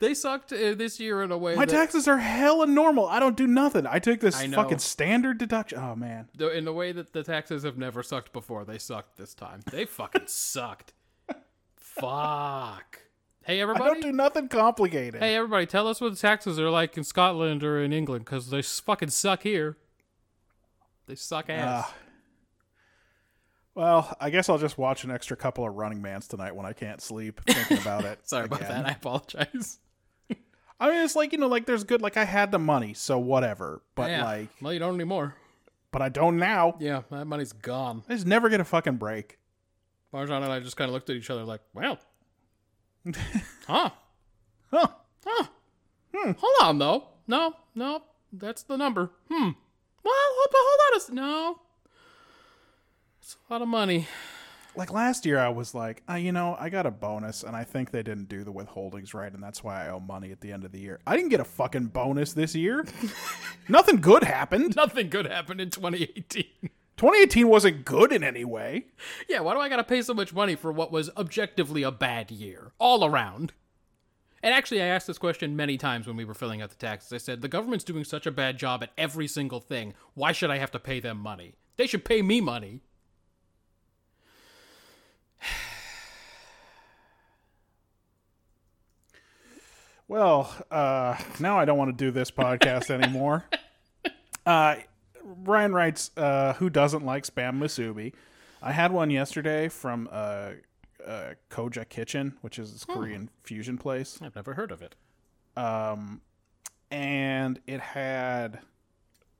A: They sucked uh, this year in a way.
B: My
A: that,
B: taxes are hella normal. I don't do nothing. I took this
A: I know.
B: fucking standard deduction. Oh man,
A: the- in the way that the taxes have never sucked before. They sucked this time. They fucking sucked. Fuck. Hey
B: I don't
A: everybody.
B: do nothing complicated.
A: hey everybody. Tell us what the taxes are like in Scotland or in England because they s- fucking suck here. They suck ass.
B: Ah. Well, I guess I'll just watch an extra couple of Running Mans tonight when I can't sleep, thinking about it.
A: Sorry about
B: again.
A: that. I apologize.
B: I mean, it's like you know, like there's good. Like I had the money, so whatever. But
A: Yeah.
B: like,
A: well, you don't anymore.
B: but I don't now.
A: Yeah, that money's gone.
B: I just never get a fucking break.
A: Marjan and I just kind of looked at each other like, well, huh?
B: Huh.
A: Huh. Hold on, though. No, no, that's the number. Hmm. Well, hold, but hold on a s- No. It's a lot of money.
B: Like last year, I was like, uh, you know, I got a bonus, and I think they didn't do the withholdings right, and that's why I owe money at the end of the year. I didn't get a fucking bonus this year. Nothing good happened.
A: Nothing good happened in 2018.
B: 2018 wasn't good in any way.
A: yeah, why do I gotta pay so much money for what was objectively a bad year? All around. And actually, I asked this question many times when we were filling out the taxes. I said, the government's doing such a bad job at every single thing. Why should I have to pay them money? They should pay me money.
B: Well, uh, now I don't want to do this podcast anymore. uh, Ryan writes, uh, "Who doesn't like spam musubi?" I had one yesterday from uh, uh, Koja Kitchen, which is this Korean fusion place,
A: I've never heard of it.
B: um, and it had,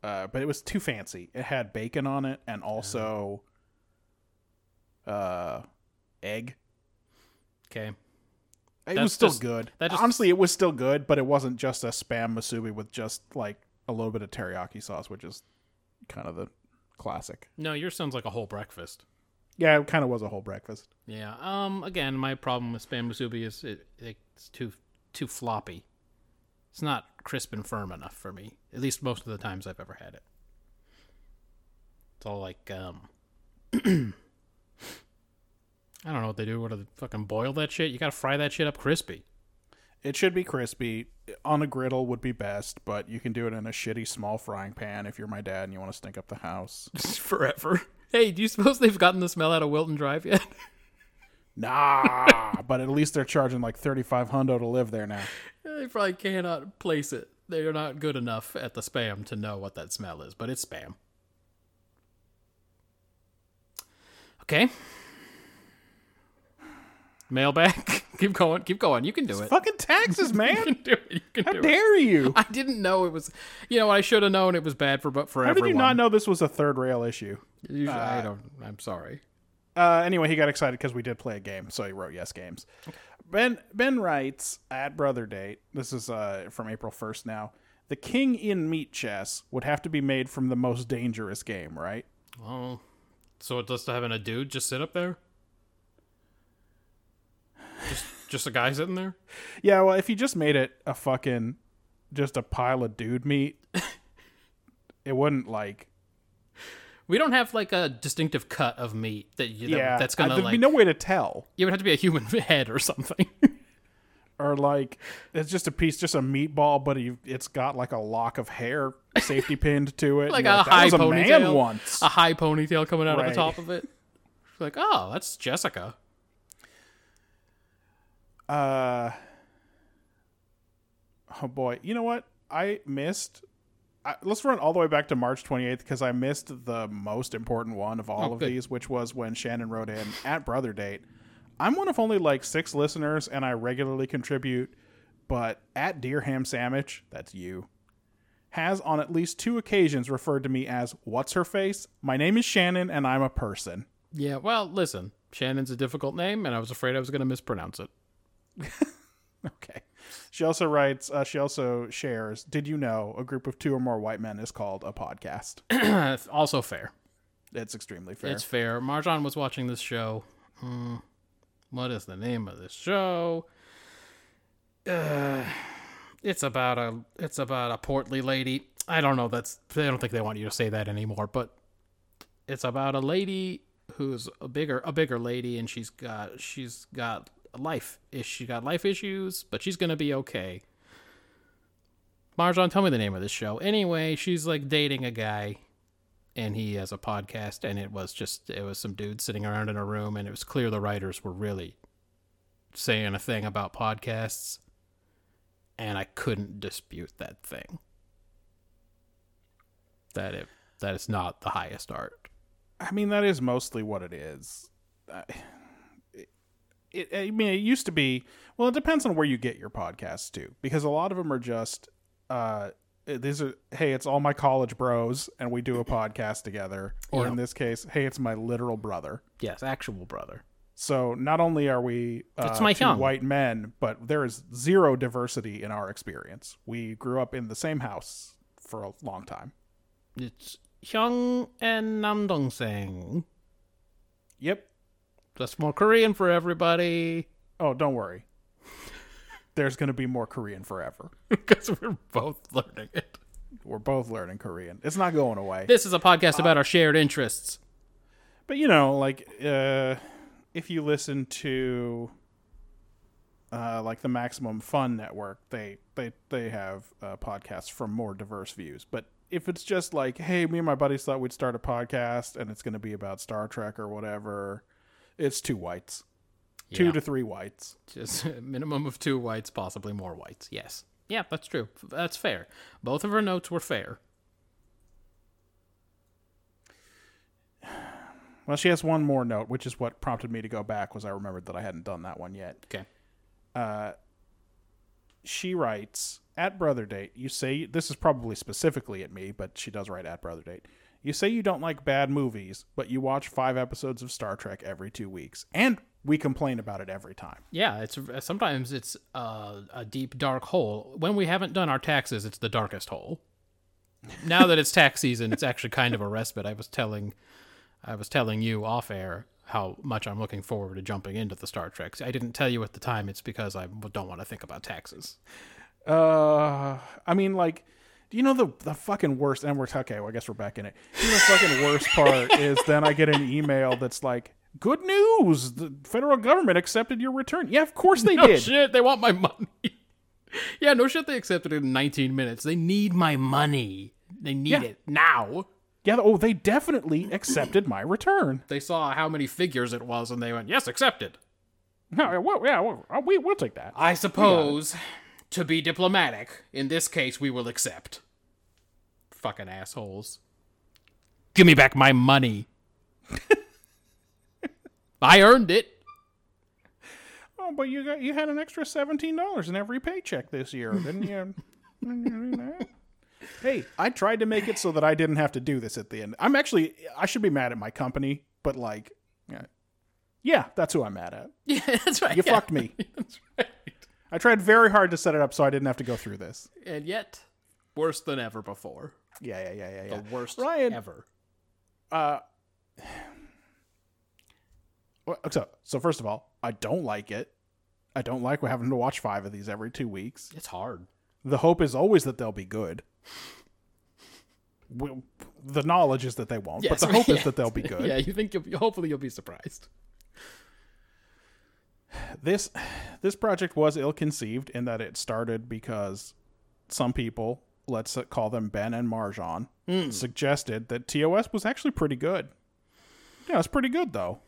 B: uh, but it was too fancy. It had bacon on it and also, uh, egg.
A: Okay.
B: It
A: That's
B: was still
A: just-
B: good.
A: that just-
B: Honestly, it was still good, but it wasn't just a spam masubi with just like a little bit of teriyaki sauce, which is kind of the classic.
A: No, yours sounds like a whole breakfast.
B: Yeah, it kind of was a whole breakfast.
A: Yeah. Um. Again, my problem with spam musubi is it, it's too too floppy. It's not crisp and firm enough for me. At least most of the times I've ever had it. It's all like um. I don't know what they do. What do they fucking boil that shit? You gotta fry that shit up crispy.
B: It should be crispy. On a griddle would be best, but you can do it in a shitty small frying pan if you're my dad and you want to stink up the house.
A: Forever. Hey, do you suppose they've gotten the smell out of Wilton Drive yet?
B: Nah, but at least they're charging like 35 hundo to live there now.
A: they probably cannot place it. They're not good enough at the spam to know what that smell is, but it's spam. Okay. Mailbag. keep going. Keep going. You can do it.
B: Fucking taxes,
A: You
B: man.
A: can do it. You can
B: How
A: do it.
B: dare you?
A: I didn't know it was. You know, I should have known it was bad for but for
B: How did
A: everyone.
B: you not know this was a third rail issue?
A: Usually, I don't. I'm sorry.
B: Uh, anyway, he got excited because we did play a game, so he wrote yes games. Ben Ben writes at Brother Date. This is uh, from April first now. The king in meat chess would have to be made from the most dangerous game, right?
A: Oh, so it does having a dude just sit up there. Just, just a guy sitting there.
B: Yeah. Well, if you just made it a fucking just a pile of dude meat, it wouldn't like
A: We don't have like a distinctive cut of meat that you, that-
B: yeah.
A: that's
B: uh,
A: gonna
B: there'd
A: like.
B: be no way to tell.
A: it would have to be a human head or something.
B: Or like it's just a piece, just a meatball, but you it's got like a lock of hair safety pinned to it.
A: like
B: You're
A: a
B: that
A: high
B: was a
A: ponytail.
B: man once.
A: A high ponytail coming out of
B: Right.
A: the top of it. Like, oh, that's Jessica.
B: Uh, oh boy, you know what? I missed. I, let's run all the way back to March 28th because I missed the most important one of all
A: Oh,
B: of
A: good.
B: these, which was when Shannon wrote in at Brother Date. I'm one of only like six listeners, and I regularly contribute, but at Dear Ham Sandwich, that's you, has on at least two occasions referred to me as "What's her face?" My name is Shannon, and I'm a person.
A: Yeah. Well, listen, Shannon's a difficult name, and I was afraid I was gonna mispronounce it.
B: Okay. She also writes, uh, she also shares, Did you know a group of two or more white men is called a podcast?
A: also fair.
B: It's extremely fair.
A: It's fair. Marjan was watching this show. Hmm. what is the name of this show? Uh, it's about a it's about a portly lady. I don't know. That's I don't think they want you to say that anymore. But it's about a lady who's a bigger a bigger lady, and she's got she's got life is she got life issues, but she's gonna be okay. Marjan, tell me the name of this show. Anyway, she's like dating a guy and he has a podcast and it was just it was some dudes sitting around in a room and it was clear the writers were really saying a thing about podcasts and i couldn't dispute that thing that it that it's not the highest art
B: I mean, that is mostly what it is. I- It, I mean, it used to be. Well, it depends on where you get your podcasts too, because a lot of them are just, uh, these are hey, it's all my college bros, and we do a podcast together. Or in
A: Yeah.
B: this case, hey, it's my literal brother.
A: yes actual brother
B: So not only are we uh,
A: It's my
B: two
A: young.
B: white men, but there is zero diversity in our experience. We grew up in the same house for a long time.
A: it's hyung and namdong sang
B: Yep.
A: that's more korean for everybody
B: Oh, don't worry. There's going to be more Korean forever.
A: because we're both learning it
B: We're both learning Korean. It's not going away.
A: this is a podcast about our shared interests
B: But you know, like uh, if you listen to uh, like the Maximum Fun Network, they they they have uh, podcasts from more diverse views. But if it's just like, hey, me and my buddies thought we'd start a podcast, and it's going to be about Star Trek or whatever, it's two whites. two
A: Yeah.
B: to three whites.
A: Just a minimum of two whites, possibly more whites. Yes. Yeah, that's true. That's fair. Both of her notes were fair.
B: Well, she has one more note, which is what prompted me to go back. Was I remembered that I hadn't done that one yet.
A: Okay.
B: she writes at brother date you say this is probably specifically at me but she does write at brother date you say you don't like bad movies but you watch five episodes of star trek every two weeks and we complain about it every time
A: Yeah, it's sometimes it's uh, a deep dark hole. When we haven't done our taxes, it's the darkest hole. Now that it's tax season, it's actually kind of a respite. I was telling, I was telling you off air how much I'm looking forward to jumping into the Star Trek. I didn't tell you at the time. It's because I don't want to think about taxes.
B: uh i mean like do you know the the fucking worst and we're okay well i guess we're back in it you know, the fucking worst part is then i get an email that's like good news the federal government accepted your return yeah of course they
A: No
B: did
A: shit, they want my money. yeah, no shit. They accepted it in 19 minutes. They need my money. They need
B: Yeah.
A: it now.
B: yeah oh they definitely accepted my return
A: They saw how many figures it was, and they went, "Yes, accepted."
B: No, well, yeah, well, uh, we we'll take that.
A: I suppose, to be diplomatic, in this case, we will accept. Fucking assholes. Give me back my money. I earned it.
B: Oh, but you got you had an extra seventeen dollars in every paycheck this year, didn't you? hey, I tried to make it so that I didn't have to do this at the end. I'm actually I should be mad at my company, but like, yeah, yeah that's who I'm mad at.
A: Yeah, that's right.
B: You fucked me.
A: That's right.
B: I tried very hard to set it up so I didn't have to go through this.
A: And yet, worse than ever before.
B: Yeah, yeah, yeah, yeah,
A: The
B: yeah.
A: worst
B: Ryan-
A: ever.
B: uh, well, so, so first of all, I don't like it. I don't like having to watch five of these every two weeks.
A: It's hard.
B: The hope is always that they'll be good. We, the knowledge is that they won't, but
A: Yes,
B: the hope
A: yeah.
B: is that they'll be good.
A: Yeah, you think you'll be, hopefully you'll be surprised.
B: This this project was ill-conceived in that it started because some people, let's call them Ben and Marjan, suggested that TOS was actually pretty good. Yeah, it's pretty good though.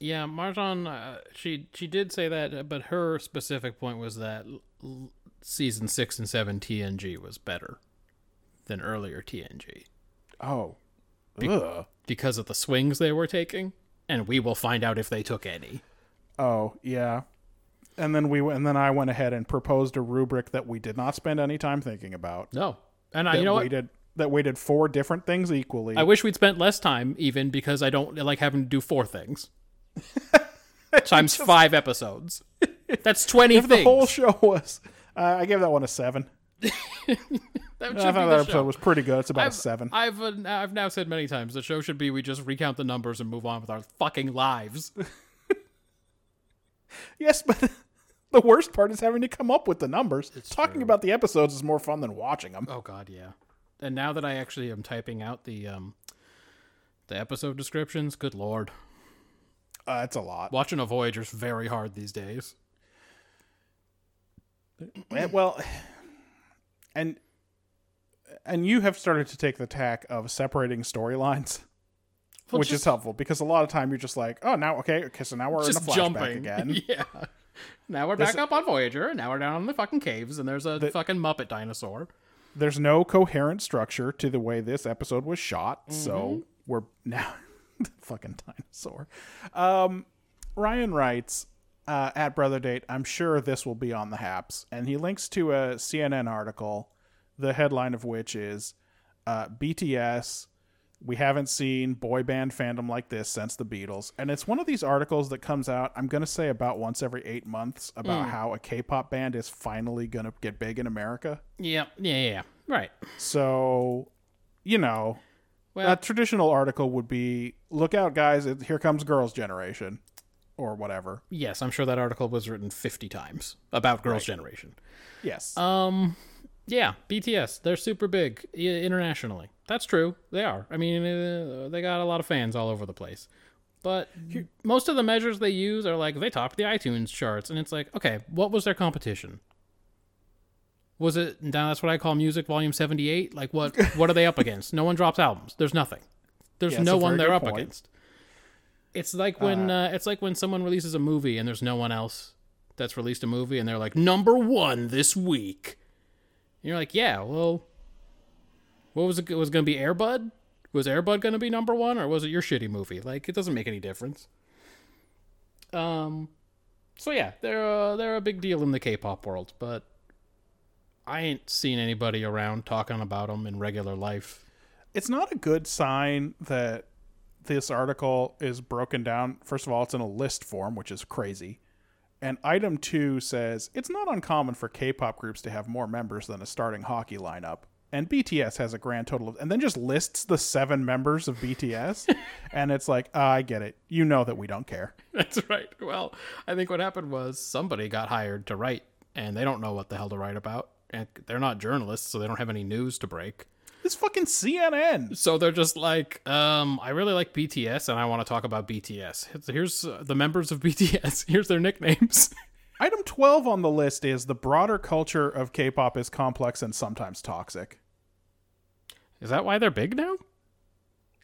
A: Yeah, Marjan, uh, she she did say that, but her specific point was that l- l- season six and seven TNG was better than earlier TNG
B: Oh. Ugh.
A: because of the swings they were taking, and we will find out if they took any.
B: Oh, yeah. And then we and then I went ahead and proposed a rubric that we did not spend any time thinking about.
A: No, and I,
B: That
A: you know what?
B: weighted that weighted four different things equally.
A: I wish we'd spent less time, even because I don't like having to do four things times five episodes. That's twenty
B: if
A: things.
B: the whole show was uh, i gave that one a seven
A: that
B: i
A: should be
B: thought
A: the
B: that episode
A: show.
B: was pretty good it's about
A: I've,
B: a seven
A: I've uh, I've now said many times the show should be we just recount the numbers and move on with our fucking lives.
B: yes but the worst part is having to come up with the numbers talking about the episodes is more fun than watching them
A: oh God, yeah. And now that I actually am typing out the um the episode descriptions, good lord,
B: uh, it's a lot
A: watching a Voyager's very hard these days.
B: And- well and and you have started to take the tack of separating storylines
A: Well,
B: which
A: just-
B: is helpful because a lot of time you're just like oh now okay okay so now we're in a flashback again
A: yeah. Now we're back up on Voyager, and now we're down in the fucking caves, and there's a fucking Muppet dinosaur.
B: there's no coherent structure to the way this episode was shot so we're now the fucking dinosaur um ryan writes uh, at brother date i'm sure this will be on the haps and he links to a cnn article the headline of which is uh, bts we haven't seen boy band fandom like this since the beatles and it's one of these articles that comes out i'm gonna say about once every eight months about how a k-pop band is finally gonna get big in america
A: Yeah, yeah, yeah, yeah. Right.
B: so, you know,
A: Well-
B: a traditional article would be look out, guys, it, here comes girls' generation or whatever.
A: Yes, I'm sure that article was written 50 times about Girls' Generation.
B: Yes.
A: Um, yeah, BTS, they're super big i- internationally. That's true. They are. I mean, uh, they got a lot of fans all over the place. But most of the measures they use are like they top the iTunes charts, and it's like, okay, what was their competition? Was it now? That's what I call music volume seventy-eight. Like, what? What are they up against? No one drops albums. There's nothing. There's
B: Yeah, it's
A: no
B: a
A: one
B: very
A: they're
B: good
A: up
B: point.
A: against. It's like when uh, it's like when someone releases a movie and there's no one else that's released a movie and they're like number one this week. And you're like, yeah, well, what was it? Was it going to be Airbud? Was Airbud going to be number one, or was it your shitty movie? Like, it doesn't make any difference. Um, so yeah, they're uh, they're a big deal in the K-pop world, but I ain't seen anybody around talking about them in regular life.
B: It's not a good sign that this article is broken down. First of all, it's in a list form, which is crazy. And item two says it's not uncommon for K-pop groups to have more members than a starting hockey lineup. And BTS has a grand total of, and then just lists the seven members of BTS, and it's like, ah, I get it. You know that we don't care.
A: That's right. Well, I think what happened was somebody got hired to write, and they don't know what the hell to write about. And they're not journalists, so they don't have any news to break.
B: It's fucking CNN.
A: So they're just like, um, I really like BTS, and I want to talk about BTS. Here's uh, the members of BTS. Here's their nicknames.
B: Item 12 on the list is the broader culture of K pop is complex and sometimes toxic.
A: Is that why they're big now?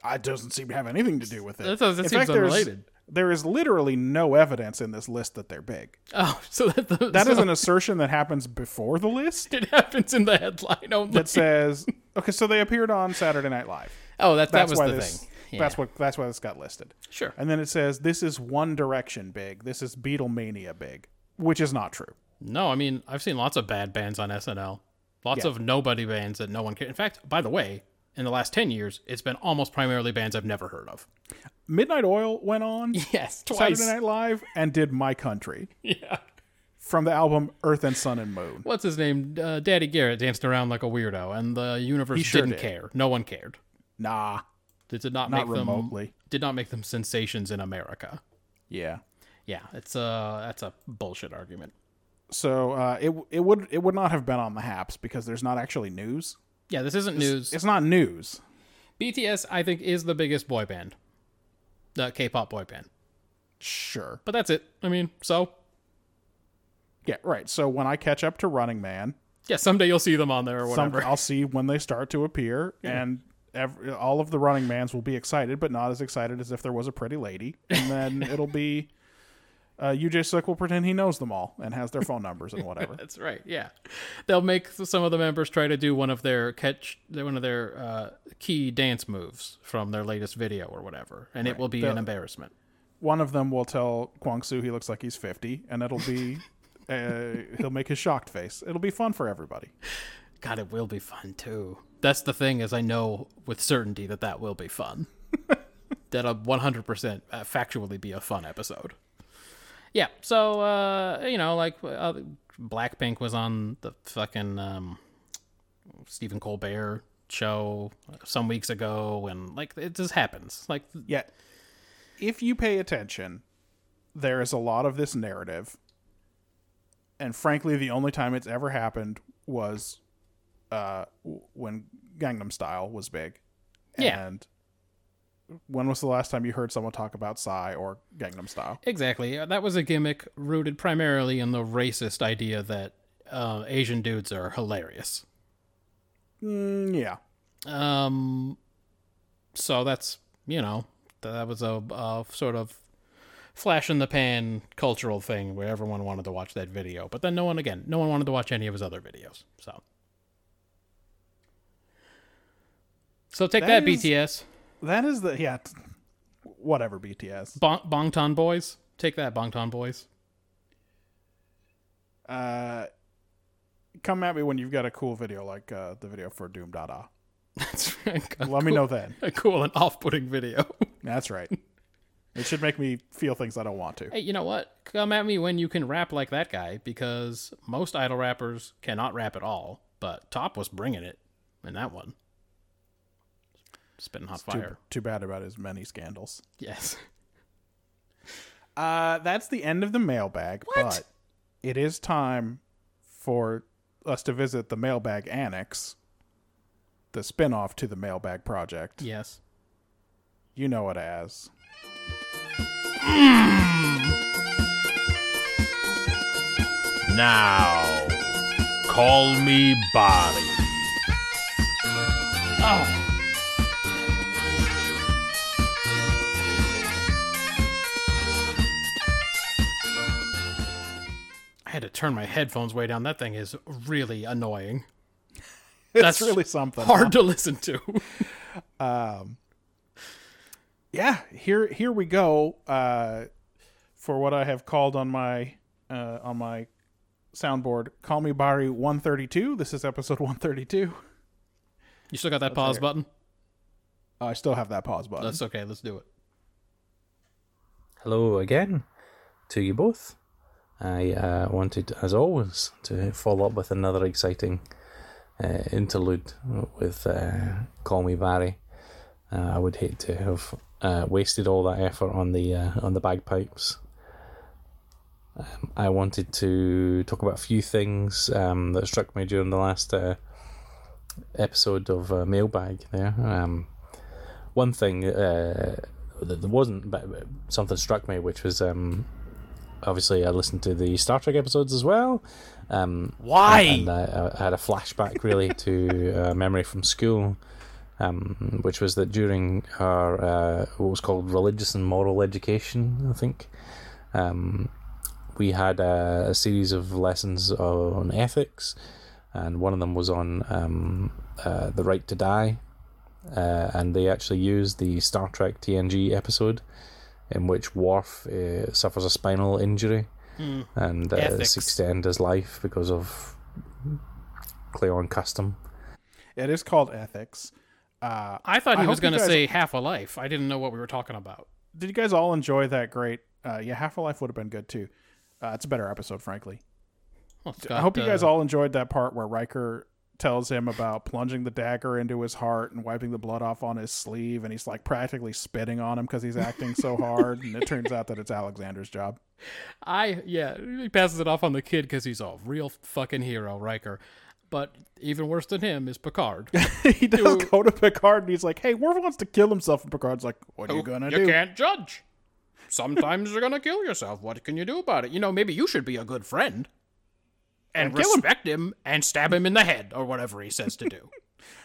B: It doesn't seem to have anything to do with it.
A: That does- that
B: In
A: seems
B: fact, there's-
A: unrelated.
B: There is literally no evidence in this list that they're big.
A: Oh, so that the,
B: That
A: so
B: is an assertion that happens before the list
A: it happens in the headline only.
B: that says, okay, so they appeared on Saturday Night Live.
A: oh, that that
B: That's
A: was
B: why
A: the
B: this.
A: thing. Yeah.
B: That's what. That's why this got listed.
A: sure.
B: And then it says this is One Direction big. This is Beatlemania big, which is not true.
A: No, I mean I've seen lots of bad bands on SNL. Lots
B: Yeah.
A: of nobody bands that no one can. In fact, by the way, in the last ten years, it's been almost primarily bands I've never heard of.
B: Midnight Oil went on
A: Yes,
B: Saturday Night Live and did My Country
A: Yeah.
B: from the album Earth and Sun and Moon.
A: What's his name? Uh, Daddy Garrett danced around like a weirdo, and the universe
B: He sure
A: didn't
B: did.
A: care. No one cared.
B: Nah,
A: It did not,
B: not
A: make
B: remotely.
A: them did not make them sensations in America.
B: Yeah.
A: Yeah, it's a that's a bullshit argument.
B: So uh, it it would it would not have been on the Haps because there's not actually news.
A: Yeah, this isn't news.
B: It's not news.
A: BTS, I think, is the biggest boy band, the K-pop boy band.
B: Sure.
A: But that's it. I mean, so
B: Yeah. Right. So when I catch up to Running Man,
A: yeah, someday you'll see them on there or
B: some,
A: whatever.
B: I'll see when they start to appear, and ev all of the running mans will be excited, but not as excited as if there was a pretty lady. And then it'll be uh, UJ Slick will pretend he knows them all and has their phone numbers and whatever.
A: That's right. Yeah, they'll make some of the members try to do one of their catch, one of their uh, key dance moves from their latest video or whatever, and it will be an
B: The-
A: embarrassment.
B: One of them will tell Kwang Soo he looks like he's fifty, and it'll be. Uh, he'll make his shocked face. It'll be fun for everybody.
A: God, it will be fun too. That's the thing is, I know with certainty that that will be fun. That'll one hundred percent uh, factually be a fun episode. Yeah. So uh, you know, like uh, Blackpink was on the fucking um, Stephen Colbert show some weeks ago, and like it just happens. Like
B: Yeah. If you pay attention, there is a lot of this narrative. And frankly, the only time it's ever happened was uh, w- when Gangnam Style was big.
A: Yeah.
B: And when was the last time you heard someone talk about Psy or Gangnam Style?
A: exactly, that was a gimmick rooted primarily in the racist idea that uh, Asian dudes are hilarious.
B: Mm, yeah.
A: Um, so that's you know th- that was a, a sort of flash in the pan cultural thing where everyone wanted to watch that video, but then no one again, no one wanted to watch any of his other videos. So, so take that,
B: That is-
A: BTS,
B: That is the. Yeah. t- Whatever, BTS.
A: bon- Bongtan Boys, take that, Bongtan Boys.
B: Uh, come at me when you've got a cool video like uh, the video for Doom Dada.
A: That's a
B: Let me
A: cool-
B: know then.
A: A cool and off-putting video.
B: That's right. it should make me feel things I don't want to.
A: Hey, you know what? Come at me when you can rap like that guy, because most idol rappers cannot rap at all. But Top was bringing it in that one, spitting hot
B: Too,
A: fire.
B: too bad about his many scandals.
A: Yes,
B: Uh, that's the end of the mailbag, but it is time for us to visit the mailbag annex, the spinoff to the mailbag project.
A: yes.
B: You know it as.
D: Mm. Now, call me Bobby.
A: Oh, had to turn my headphones way down. That thing is really annoying. That's
B: really something.
A: Hard to listen to.
B: yeah here here we go uh for what i have called on my uh on my soundboard call me bari 132 this is episode 132
A: You still got that pause button?
B: oh, i still have that pause button
A: That's okay. Let's do it.
E: Hello again to you both. I uh, wanted, as always, to follow up with another exciting uh, interlude with uh, Call Me Barry. Uh, I would hate to have uh, wasted all that effort on the uh, on the bagpipes. Um, I wanted to talk about a few things um, that struck me during the last uh, episode of uh, Mailbag. There, um, one thing uh, that there wasn't, but but something struck me, which was um, obviously I listened to the Star Trek episodes as well. Um, Why? And I, I had a flashback really to a memory from school, um, which was that during our uh, what was called religious and moral education, I think. Um, we had a, a series of lessons on ethics, and one of them was on um, uh, the right to die, uh, and they actually used the Star Trek TNG episode in which Worf uh, suffers a spinal injury and uh,
A: Ethics.
E: it's extended his life because of Klingon custom.
B: it is called ethics uh
A: I thought he
B: I
A: was
B: hope you
A: going to
B: guys-
A: say half a life. I didn't know what we were talking about.
B: did you guys all enjoy that great uh yeah half-life would have been good too uh, it's a better episode frankly
A: Well, it's
B: i hope you
A: got,
B: guys
A: uh,
B: all enjoyed that part where riker tells him about plunging the dagger into his heart and wiping the blood off on his sleeve and he's like practically spitting on him because he's acting so hard and it turns out that it's alexander's job
A: I yeah, he passes it off on the kid because he's a real fucking hero, Riker. But even worse than him is Picard.
B: he does go to Picard and he's like, "Hey, Worf wants to kill himself," and Picard's like, "What are you gonna
A: Oh, you
B: do?"
A: can't judge. Sometimes you're gonna kill yourself. What can you do about it? You know, maybe you should be a good friend and,
B: kill him.
A: respect him. and stab him in the head or whatever he says to do.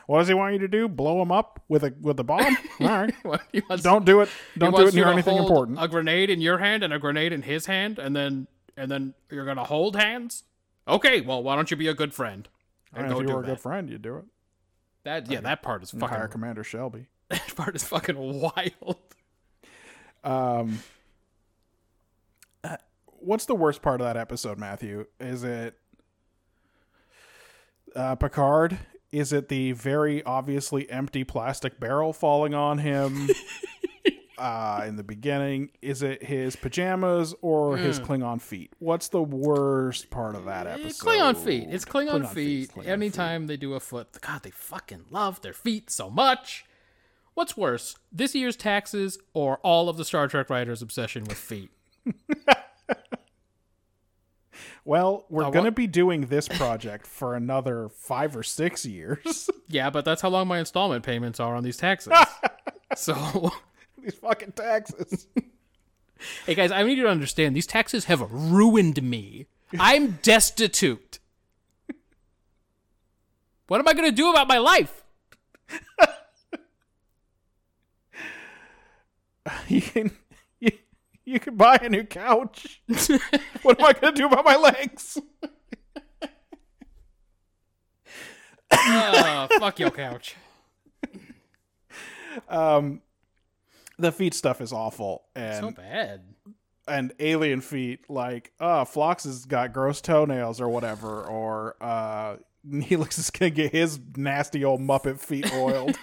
B: What does he want you to do? Blow him up with a with a bomb? All right,
A: Well, he wants-
B: don't do it.
A: he
B: Don't do
A: wants
B: it
A: you
B: near
A: to
B: anything
A: hold
B: important.
A: A grenade in your hand and a grenade in his hand, and then and then you're gonna hold hands. Okay, well, why don't you be a good friend
B: And
A: and
B: if
A: go
B: you
A: do
B: were a
A: that?
B: good friend, you'd do it.
A: that yeah, that part is
B: And hire
A: fucking
B: Commander Shelby.
A: that part is fucking wild.
B: Um, uh, what's the worst part of that episode, Matthew? Is it uh, Picard? Is it the very obviously empty plastic barrel falling on him uh, in the beginning? Is it his pajamas or his
A: Hmm.
B: Klingon feet? What's the worst part of that episode?
A: It's Eh, Klingon feet. It's Klingon, feet.
B: Klingon
A: Anytime they do a foot, God, they fucking love their feet so much. What's worse, this year's taxes or all of the Star Trek writers' obsession with feet?
B: Well, we're
A: wa-
B: going to be doing this project for another five or six years.
A: yeah, but that's how long my installment payments are on these taxes. so,
B: These fucking taxes.
A: hey guys, I need you to understand these taxes have ruined me. I'm destitute. What am I going to do about my life?
B: you can you, you can buy a new couch. what am I gonna do about my legs?
A: Uh, fuck your couch.
B: Um, the feet stuff is awful, and
A: So bad.
B: and alien feet like uh Flox has got gross toenails or whatever, or uh Neelix is gonna get his nasty old Muppet feet oiled.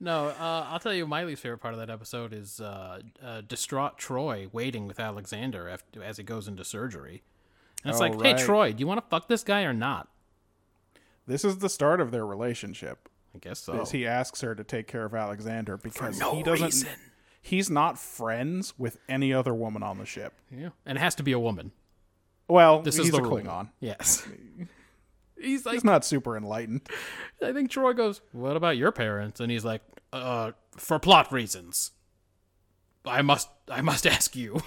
A: No, uh, I'll tell you my least favorite part of that episode is uh, uh, distraught Troy waiting with Alexander after, as he goes into surgery. And it's
B: Oh,
A: like,
B: right.
A: hey, Troy, do you want to fuck this guy or not?
B: this is the start of their relationship.
A: I guess so.
B: Is he asks her to take care of Alexander because he doesn't. He's not friends with any other woman on the ship.
A: Yeah. And it has to be a woman.
B: Well,
A: This
B: he's
A: is the
B: a
A: rule.
B: Klingon.
A: Yes. he's like,
B: He's not super enlightened.
A: I think Troy goes, what about your parents? And he's like, uh, for plot reasons. I must, I must ask you.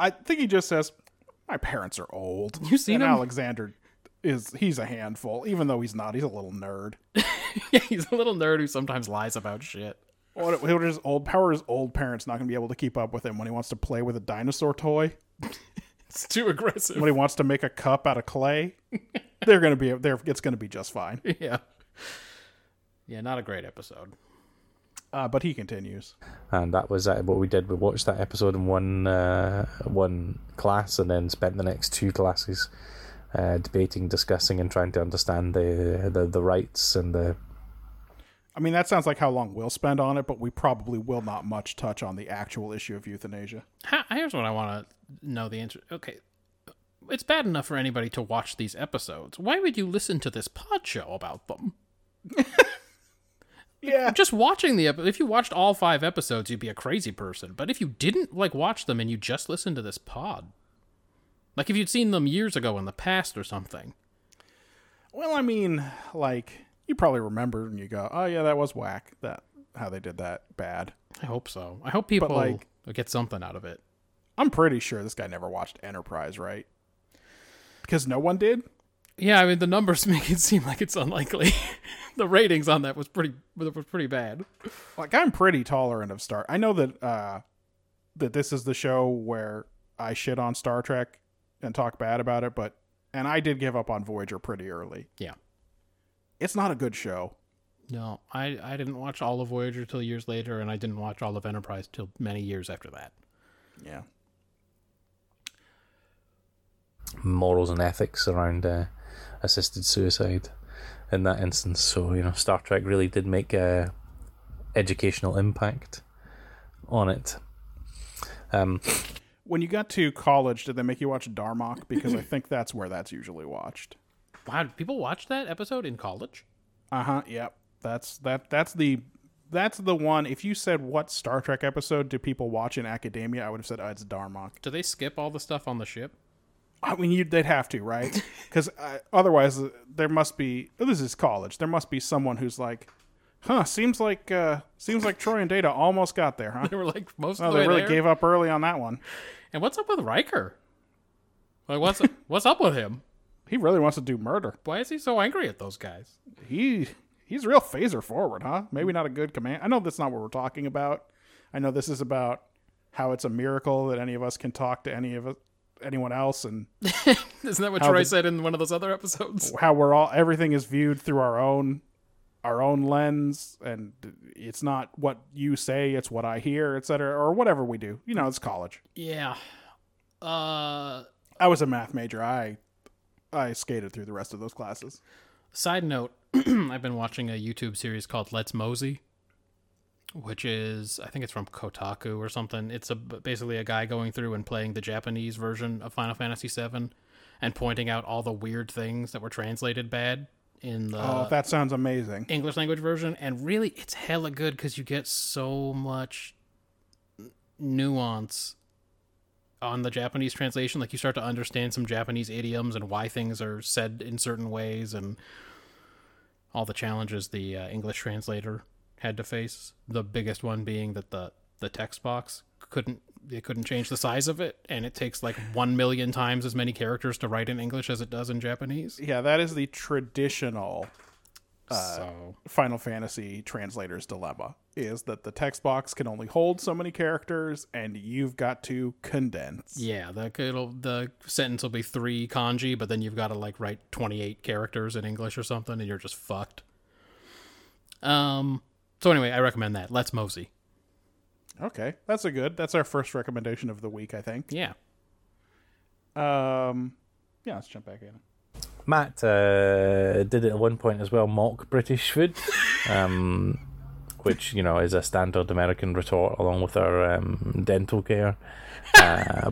B: I think he just says, "My parents are old."
A: You seen
B: and
A: him?
B: Alexander is he's a handful, even though he's not. He's a little nerd.
A: yeah, he's a little nerd who sometimes lies about shit.
B: What, what are his old? How are his old parents not going to be able to keep up with him when he wants to play with a dinosaur toy?
A: It's too aggressive.
B: Somebody wants to make a cup out of clay. They're gonna be there. It's gonna be just fine.
A: Yeah. Yeah, not a great episode.
B: Uh, but he continues.
E: and that was uh, what we did. We watched that episode in one uh, one class, and then spent the next two classes uh, debating, discussing, and trying to understand the the, the rights and the
B: I mean, that sounds like how long we'll spend on it, but we probably will not much touch on the actual issue of euthanasia.
A: Ha- Here's what I want to know the answer. Okay. It's bad enough for anybody to watch these episodes. Why would you listen to this pod show about them?
B: Yeah,
A: Just watching the episode, if you watched all five episodes, you'd be a crazy person. But if you didn't, like, watch them and you just listened to this pod, like if you'd seen them years ago in the past or something,
B: Well, I mean, like you probably remember and you go, "Oh yeah, that was whack. That how they did that bad."
A: I hope so. I hope people
B: like-
A: get something out of it.
B: I'm pretty sure this guy never watched Enterprise, right? Because no one did.
A: Yeah, I mean the numbers make it seem like it's unlikely. the ratings on that was pretty was pretty bad.
B: Like I'm pretty tolerant of Star. I know that uh that this is the show where I shit on Star Trek and talk bad about it, but and I did give up on Voyager pretty early.
A: Yeah.
B: It's not a good show.
A: No, I I didn't watch all of Voyager till years later, and I didn't watch all of Enterprise till many years after that.
B: Yeah.
E: morals and ethics around uh, assisted suicide in that instance. So you know, Star Trek really did make a educational impact on it. Um,
B: When you got to college, did they make you watch Darmok? Because I think that's where that's usually watched.
A: Wow, did people watch that episode in college?
B: Uh-huh. Yep. That's that that's the that's the one. If you said what Star Trek episode do people watch in academia, I would have said oh, it's Darmok.
A: Do they skip all the stuff on the ship?
B: I mean, you'd they'd have to, right? Because otherwise, uh, there must be. oh, This is college. There must be someone who's like, "Huh? Seems like uh, seems like Troy and Data almost got there, huh?
A: They were like most
B: Oh,
A: of the
B: they
A: way
B: really
A: there.
B: gave up early on that one.
A: and what's up with Riker? Like what's what's up with him?
B: He really wants to do murder.
A: Why is he so angry at those guys?
B: He he's real phaser forward, huh? Maybe not a good command. I know that's not what we're talking about. I know this is about how it's a miracle that any of us can talk to any of us, anyone else, and
A: Isn't that what
B: How
A: Troy
B: did-
A: said in one of those other episodes?
B: how we're all everything is viewed through our own our own lens and it's not what you say it's what i hear etc or whatever we do you know it's college
A: Yeah. Uh
B: i was a math major i i skated through the rest of those classes
A: Side note, I've been watching a YouTube series called Let's Mosey, which is I think it's from Kotaku or something. It's a basically a guy going through and playing the Japanese version of Final Fantasy VII and pointing out all the weird things that were translated bad in the
B: oh that sounds amazing
A: English language version, and really, it's hella good because you get so much n- nuance on the Japanese translation. Like you start to understand some Japanese idioms and why things are said in certain ways, and all the challenges the uh, English translator had to face. The biggest one being that the the text box couldn't they couldn't change the size of it, and it takes like one million times as many characters to write in English as it does in Japanese.
B: yeah that is the traditional
A: so
B: final fantasy translator's dilemma is that the text box can only hold so many characters and you've got to condense
A: Yeah, the it'll the sentence will be three kanji, but then you've got to like write twenty eight characters in English or something, and you're just fucked. Um. So anyway, I recommend that. Let's mosey.
B: okay that's a good that's our first recommendation of the week i think
A: Yeah.
B: um yeah let's jump back in
E: Matt uh, did at one point as well mock British food, um, which you know is a standard American retort along with our um, dental care.
B: uh,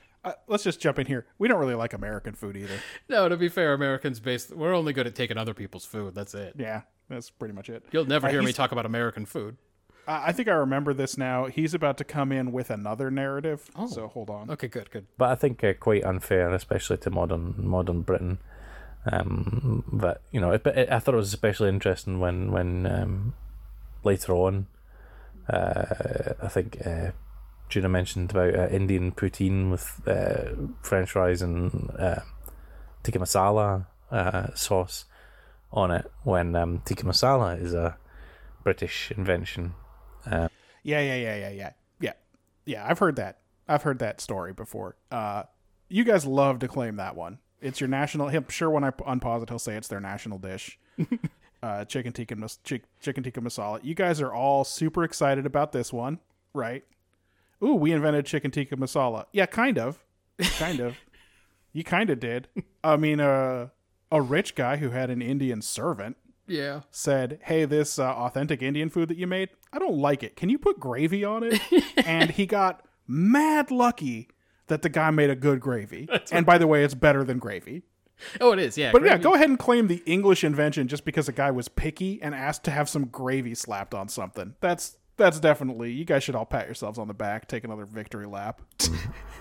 B: let's just jump in here. We don't really like American food either.
A: No, to be fair, Americans based we're only good at taking other people's food. That's it.
B: Yeah, that's pretty much it.
A: You'll never
B: Uh,
A: hear me
B: he's-
A: talk about American food.
B: I I think I remember this now. He's about to come in with another narrative. So hold on.
A: Okay, good, good.
E: but I think uh, quite unfair, especially to modern modern Britain. Um, but you know, it, but it, I thought it was especially interesting when when um, later on, uh, I think uh, Gina mentioned about uh, Indian poutine with uh, French fries and uh, tikka masala uh, sauce on it. When um, tikka masala is a British invention.
B: Yeah, yeah, yeah, yeah, yeah, yeah, yeah. I've heard that. I've heard that story before. Uh, you guys love to claim that one. It's your national. I'm sure when I p- unpause it, he'll say it's their national dish. uh, chicken tikka, mas- chick, chicken tikka masala. You guys are all super excited about this one, right? Ooh, we invented chicken tikka masala. Yeah, kind of, kind of. You kind of did. I mean, uh, a rich guy who had an Indian servant
A: Yeah.
B: said, "Hey, this uh, authentic Indian food that you made, I don't like it. Can you put gravy on it?" and he got mad lucky that the guy made a good gravy. and by the way, it's better than gravy.
A: Oh, it is. Yeah.
B: But yeah, go ahead and claim the English invention just because a guy was picky and asked to have some gravy slapped on something. That's that's definitely you guys should all pat yourselves on the back, take another victory lap.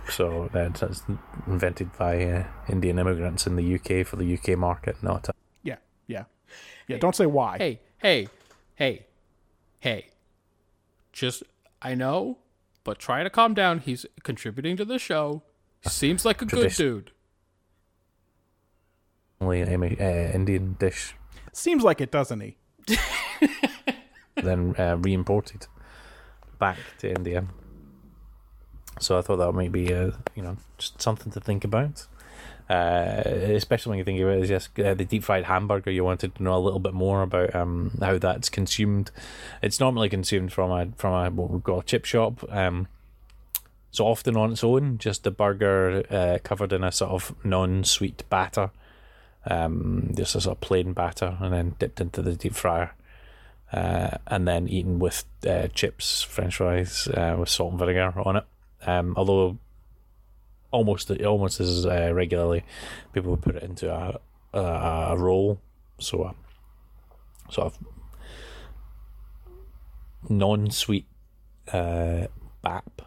E: So that's, that's invented by uh, Indian immigrants in the UK for the UK market, not
B: Yeah, yeah, yeah. Don't say why.
A: hey, hey, hey, hey. Just I know, but try to calm down. He's contributing to the show. Seems like a good
E: Tradition.
A: dude.
E: only emi- uh, Indian dish,
B: Seems like it, doesn't he?
E: then uh, re-imported back to India. So I thought that might be, uh, you know, just something to think about. Uh, especially when you think about it, yes, uh, the deep fried hamburger. You wanted to know a little bit more about um, how that's consumed. It's normally consumed from a from a what we've got a chip shop. Um, it's often on its own, just a burger uh, covered in a sort of non-sweet batter, um, just a sort of plain batter, and then dipped into the deep fryer, uh, and then eaten with uh, chips, French fries uh, with salt and vinegar on it. Um, although almost almost as uh, regularly, people would put it into a a, a roll, so a sort of non-sweet uh, bap.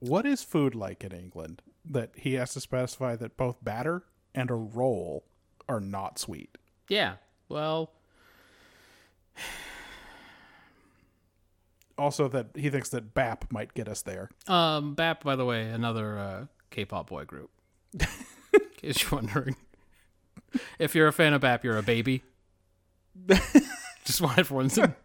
B: What is food like in England that he has to specify that both batter and a roll are not sweet?
A: Yeah. Well,
B: Also, that he thinks that BAP might get us there.
A: um, BAP, by the way, another uh, K-pop boy group. In case you're wondering, if you're a fan of BAP, you're a baby. Just wanted everyone to.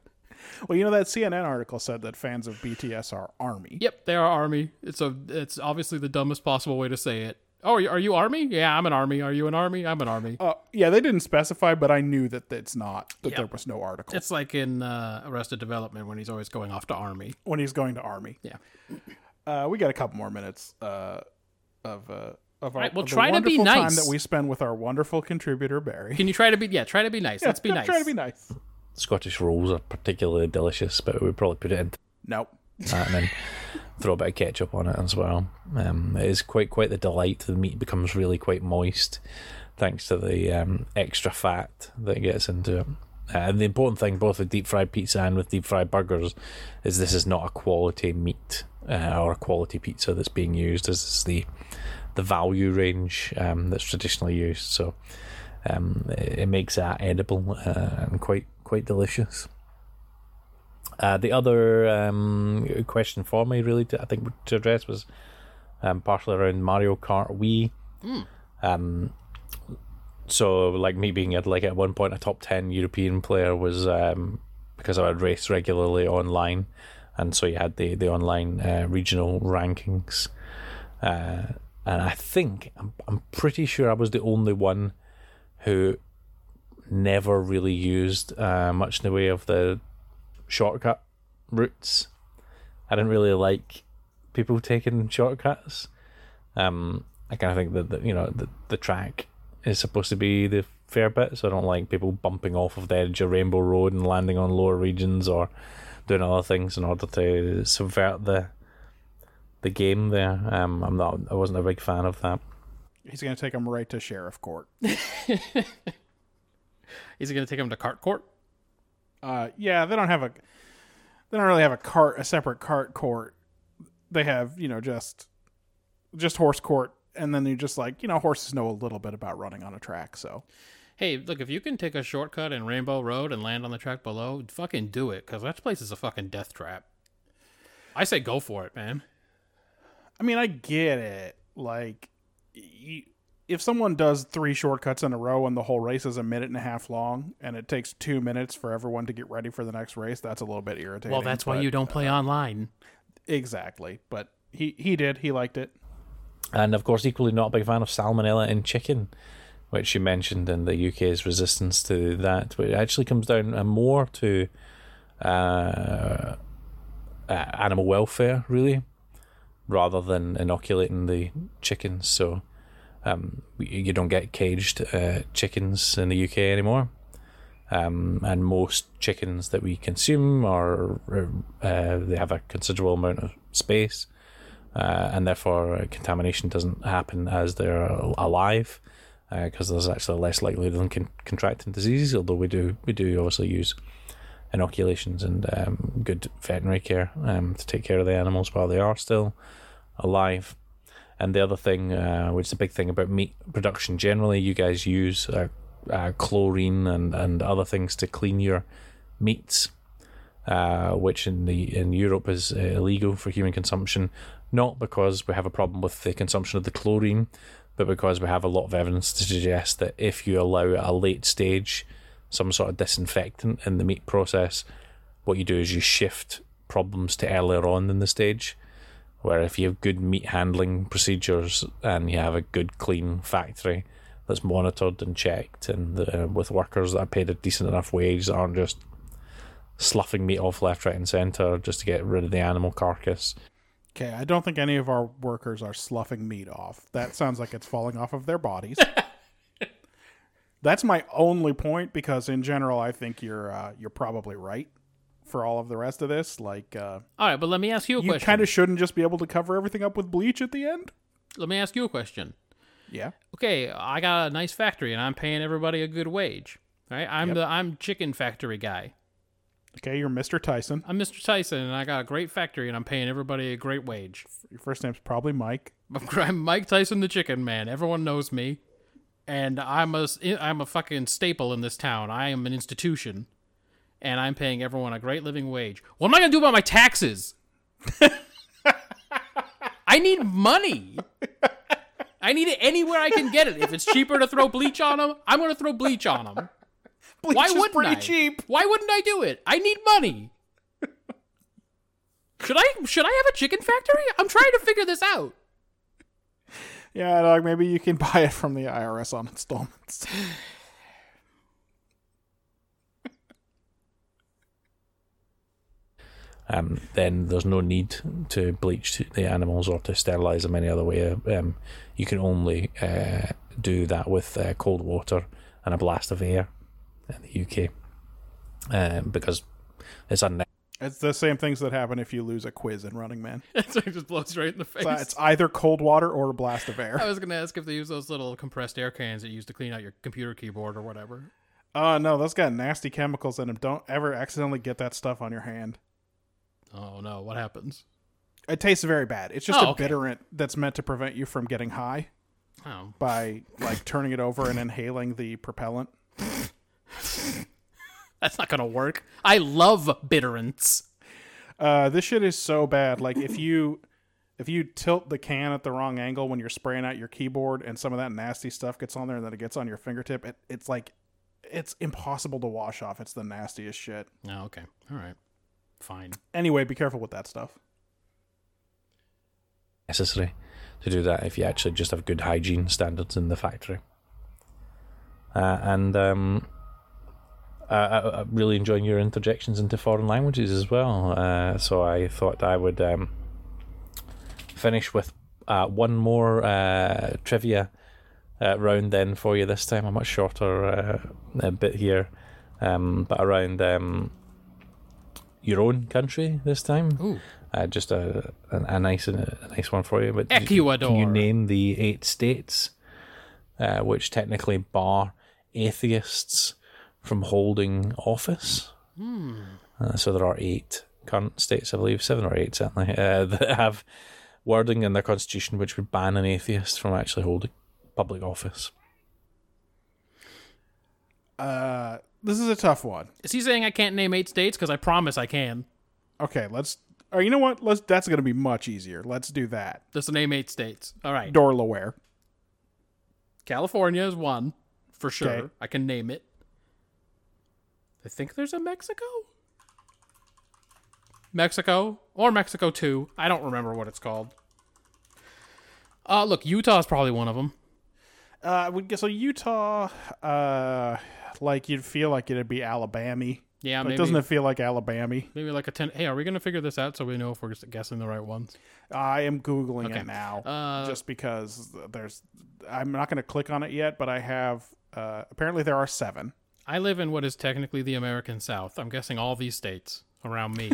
B: Well, you know that CNN article said that fans of BTS are army.
A: Yep, they are army. It's a. It's obviously the dumbest possible way to say it. Oh, are you, are you army? Yeah, I'm an army. Are you an army? I'm an army.
B: Uh, yeah, they didn't specify, but I knew that it's not that there was no article
A: It's like in uh, Arrested Development when he's always going off to army.
B: when he's going to army.
A: Yeah.
B: Uh, we got a couple more minutes uh, of uh, of our
A: right, well,
B: of the
A: try to be
B: wonderful time
A: nice.
B: that we spend with our wonderful contributor Barry.
A: Can you try to be? Yeah, try to be nice. Let's be nice.
B: Try to be nice.
E: Scottish rolls are particularly delicious, but we probably put it into
B: Nope.
E: that and then throw a bit of ketchup on it as well. Um, it is quite quite the delight. The meat becomes really quite moist, thanks to the um, extra fat that gets into it. Uh, and the important thing, both with deep fried pizza and with deep fried burgers, is this is not a quality meat uh, or a quality pizza that's being used. This is the the value range um, that's traditionally used. So um, it, it makes that edible uh, and quite quite delicious. Uh, the other um, question for me, really, to, I think to address was um, partially around Mario Kart Wii. Um, so, like me being at like at one point a top ten European player was um, because I would race regularly online, and so you had the the online uh, regional rankings, uh, and I think I'm I'm pretty sure I was the only one who never really used uh, much in the way of the shortcut routes. I didn't really like people taking shortcuts. Um, I kind of think that the, you know the, the track is supposed to be the fair bit, so I don't like people bumping off of the edge of Rainbow Road and landing on lower regions or doing other things in order to subvert the the game. There, um, I'm not. I wasn't a big fan of that.
B: He's going to take him right to sheriff court.
A: Is he going to take him to cart court?
B: Uh, yeah, they don't have a they don't really have a cart a separate cart court. They have you know just just horse court, and then you just like you know horses know a little bit about running on a track, so
A: Hey, look, if you can take a shortcut in Rainbow Road and land on the track below, fucking do it, because that place is a fucking death trap. I say go for it, man.
B: I mean I get it. Like y if someone does three shortcuts in a row and the whole race is a minute and a half long, and it takes two minutes for everyone to get ready for the next race, that's a little bit irritating.
A: Well, that's why
B: but-
A: you don't play online.
B: exactly. But He he did. He liked it.
E: And of course, equally not a big fan of salmonella in chicken, which you mentioned in the UK's resistance to that, which actually comes down uh, more to uh, uh, animal welfare, really, rather than inoculating the chickens. So um, y- you don't get caged uh, chickens in the UK anymore. Um, and most chickens that we consume are uh, they have a considerable amount of space uh, and therefore uh, contamination doesn't happen as they're al- alive because there's actually less likelihood of them con- contracting disease. Although we do we do obviously use inoculations and um, good veterinary care um, to take care of the animals while they are still alive. And the other thing, uh, which is a big thing about meat production generally, you guys use uh, uh, chlorine and, and other things to clean your meats uh, which in the in Europe is uh, illegal for human consumption, not because we have a problem with the consumption of the chlorine, but because we have a lot of evidence to suggest that if you allow at a late stage some sort of disinfectant in the meat process, what you do is you shift problems to earlier on in the stage. Where if you have good meat handling procedures and you have a good clean factory that's monitored and checked and uh, with workers that are paid a decent enough wage that aren't just sloughing meat off left, right, and centre just to get rid of the animal carcass.
B: Okay, I don't think any of our workers are sloughing meat off. That sounds like it's falling off of their bodies. That's my only point because, in general, I think you're uh, you're probably right for all of the rest of this. Like, uh,
A: All right, but let me ask you a
B: you
A: question.
B: kind of shouldn't just be able to cover everything up with bleach at the end.
A: Let me ask you a question.
B: Yeah,
A: okay, I got a nice factory and I'm paying everybody a good wage. Right? I'm the I'm chicken factory guy.
B: okay, you're Mr. Tyson.
A: I'm Mr. Tyson and I got a great factory and I'm paying everybody a great wage.
B: Your first name's probably Mike.
A: I'm Mike Tyson the chicken man. Everyone knows me. And I'm a s- I'm a fucking staple in this town. I am an institution. And I'm paying everyone a great living wage. What am I going to do about my taxes? I need money. I need it anywhere I can get it. If it's cheaper to throw bleach on them, I'm going to throw bleach on them.
B: Bleach
A: Why
B: is
A: wouldn't
B: pretty
A: I?
B: cheap.
A: Why wouldn't I do it? I need money. should I should I have a chicken factory? I'm trying to figure this out.
B: Yeah, dog. Maybe you can buy it from the IRS on installments.
E: Um, then there's no need to bleach the animals or to sterilise them any other way. Um, you can only uh, do that with uh, cold water and a blast of air in the UK um, because it's unnecessary.
B: It's the same things that happen if you lose a quiz in Running Man.
A: so it just blows right in the face.
B: So it's either cold water or a blast of air.
A: I was gonna ask if they use those little compressed air cans that you use to clean out your computer keyboard or whatever.
B: Oh no, those got nasty chemicals in them. Don't ever accidentally get that stuff on your hand.
A: Oh no, what happens?
B: It tastes very bad. It's just
A: Oh,
B: a
A: okay.
B: bitterant that's meant to prevent you from getting high
A: Oh,
B: by like turning it over and inhaling the propellant.
A: that's not gonna work. I love bitterants.
B: Uh, this shit is so bad. Like if you if you tilt the can at the wrong angle when you're spraying out your keyboard and some of that nasty stuff gets on there and then it gets on your fingertip, it, it's like it's impossible to wash off. It's the nastiest shit.
A: Oh, okay, all right, fine.
B: Anyway, be careful with that stuff.
E: necessary to do that if you actually just have good hygiene standards in the factory. Uh, and um, I, I, I'm really enjoying your interjections into foreign languages as well. Uh, so I thought I would um, finish with uh, one more uh, trivia uh, round then for you this time. A much shorter uh, uh, bit here, um, but around um, your own country this time.
A: Ooh.
E: Uh, just a, a, a nice a nice one for you. But d-
A: Ecuador.
E: Can you name the eight states uh, which technically bar atheists from holding office? Uh, so there are eight current states, I believe, seven or eight certainly, uh, that have wording in their constitution which would ban an atheist from actually holding public office.
B: Uh, this is a tough one.
A: Is he saying I can't name eight states? Because I promise I can.
B: Okay, let's. Or you know what? Let's. That's going to be much easier. Let's do that.
A: Just name eight states. All right.
B: Dorlaware.
A: California is one for sure.
B: Okay.
A: I can name it. I think there's a Mexico. Mexico or Mexico 2. I don't remember what it's called. Uh, look, Utah's probably one of them.
B: Uh, I would guess so. Utah, uh, like you'd feel like it'd be Alabama.
A: Yeah,
B: but
A: maybe.
B: doesn't it feel like Alabama?
A: Maybe like a ten. Hey, are we gonna figure this out so we know if we're guessing the right ones?
B: I am googling
A: Okay.
B: it now,
A: Uh,
B: just because there's. I'm not going to click on it yet, but I have. Uh, apparently, there are seven.
A: I live in what is technically the American South. I'm guessing all these states around me.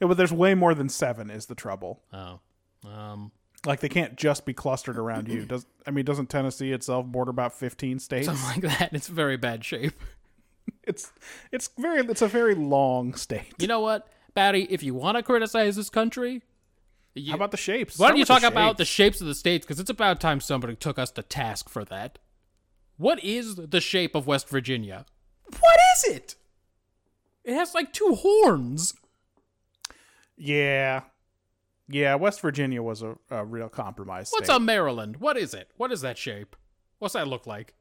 B: Yeah, but there's way more than seven. Is the trouble?
A: oh, um,
B: Like they can't just be clustered around you. Does I mean? Doesn't Tennessee itself border about 15 states?
A: something like that. It's very bad shape.
B: It's it's very it's a very long state.
A: You know what, Batty? If you want to criticize this country, you,
B: How about the shapes?
A: why don't
B: Start
A: you
B: with the
A: talk about the
B: shapes.
A: shapes of the states? Because it's about time somebody took us to task for that. What is the shape of West Virginia? What is it? It has like two horns.
B: Yeah, yeah. West Virginia was a, a real compromise.
A: What's
B: state.
A: a Maryland? What is it? What is that shape? What's that look like?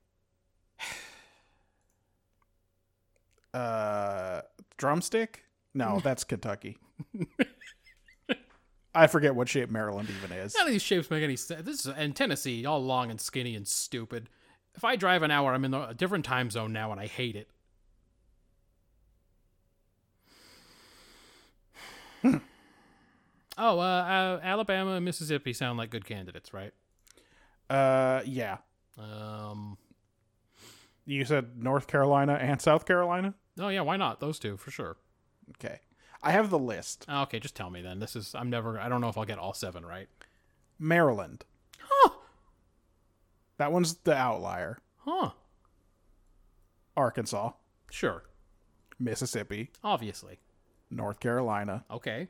B: uh drumstick? No, that's Kentucky. I forget what shape Maryland even is.
A: None of these shapes make any sense. This is and Tennessee, all long and skinny and stupid. If I drive an hour, I'm in a different time zone now, and I hate it. oh, uh, uh, Alabama and Mississippi sound like good candidates, right?
B: Uh yeah.
A: Um,
B: You said North Carolina and South Carolina?
A: oh yeah, why not those two for sure?
B: Okay. I have the list.
A: Ah, Okay, just tell me then. This is I'm never. I don't know if I'll get all seven right.
B: Maryland.
A: Huh?
B: That one's the outlier.
A: Huh?
B: Arkansas,
A: Sure.
B: Mississippi,
A: Obviously.
B: North Carolina,
A: Okay.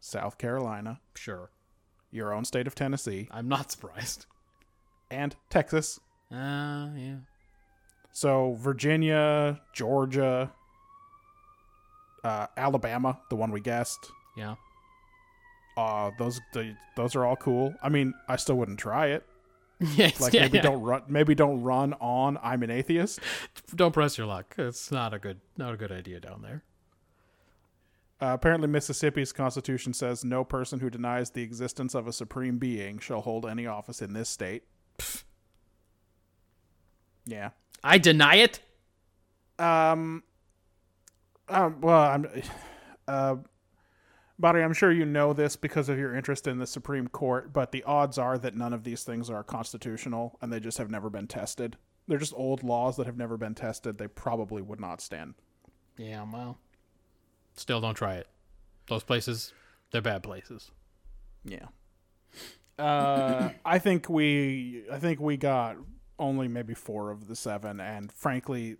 B: South Carolina,
A: Sure.
B: your own state of Tennessee,
A: I'm not surprised.
B: and Texas.
A: Uh, yeah.
B: So Virginia, Georgia, uh, Alabama, the one we guessed.
A: Yeah.
B: uh those the, those are all cool i mean i still wouldn't try it
A: yes.
B: like
A: yeah,
B: maybe
A: yeah.
B: don't run maybe don't run on i'm an atheist
A: don't press your luck. It's not a good not a good idea down there.
B: uh, apparently mississippi's constitution says no person who denies the existence of a supreme being shall hold any office in this state yeah
A: I deny it.
B: um um well i'm uh Body, I'm sure you know this because of your interest in the Supreme Court, but the odds are that none of these things are constitutional and they just have never been tested. They're just old laws that have never been tested. They probably would not stand.
A: Yeah, well. Still don't try it. Those places, they're bad places.
B: Yeah. Uh, I think we I think we got only maybe four of the seven, and frankly,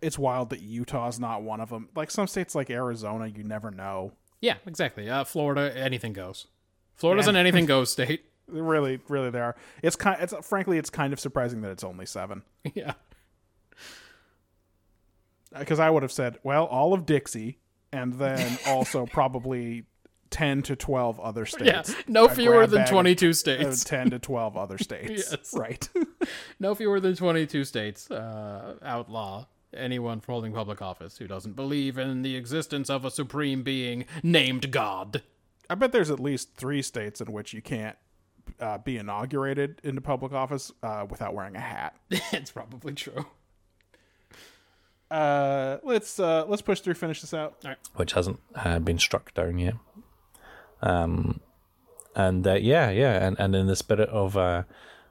B: it's wild that Utah's not one of them. Like some states like Arizona, you never know.
A: Yeah, exactly. Uh, Florida, anything goes. Florida's
B: Yeah.
A: an anything goes state.
B: Really, really, they are. It's kind. It's frankly, it's kind of surprising that it's only seven.
A: yeah.
B: because Uh, I would have said, well, all of Dixie, and then also probably ten to twelve other
A: Yeah.
B: states.
A: No
B: A
A: fewer
B: grab
A: than
B: bag of-
A: 22
B: uh,
A: states.
B: ten to twelve other states.
A: Yes.
B: Right.
A: no fewer than 22 states uh, outlaw anyone for holding public office who doesn't believe in the existence of a supreme being named God.
B: I bet there's at least three states in which you can't uh, be inaugurated into public office uh, without wearing a hat.
A: it's probably true.
B: Uh, let's uh, let's push through, finish this out.
E: which hasn't uh, been struck down yet. Um, and uh, yeah, yeah, and, and in the spirit of uh,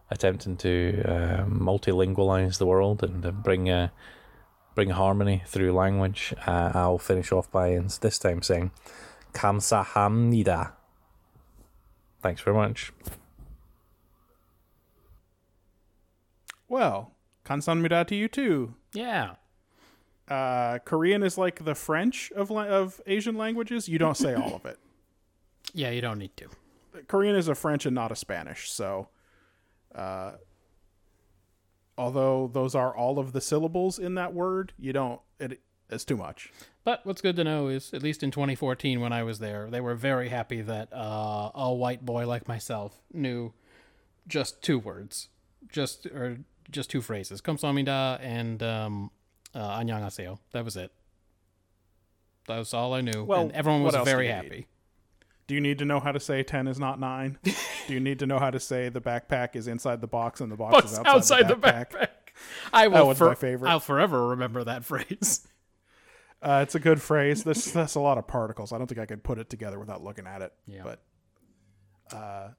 E: attempting to uh, multilingualize the world and uh, bring uh, bring harmony through language, uh, I'll finish off by ins- this time saying "Kamsahamnida." Thanks very much.
B: Well, kansanmida to you too.
A: Yeah.
B: Uh, Korean is like the French of la- of Asian languages. You don't say all of it.
A: Yeah, you don't need to.
B: Korean is a French and not a Spanish, so uh, although those are all of the syllables in that word, you don't it it's too much.
A: But what's good to know is, at least in 2014 when I was there, they were very happy that uh, a white boy like myself knew just two words, just or just two phrases, "kamsahamnida" and um, uh, "안녕하세요." That was it. That was all I knew,
B: Well,
A: and everyone was
B: what else
A: very
B: do you need?
A: happy.
B: Do you need to know how to say 10 is not 9? Do you need to know how to say the backpack is inside the box and the box
A: What's
B: is
A: outside,
B: outside,
A: the backpack? I will
B: one's
A: for-
B: my favorite.
A: I'll forever remember that phrase.
B: Uh, it's a good phrase. This that's a lot of particles. I don't think I could put it together without looking at it.
A: Yeah.
B: But uh,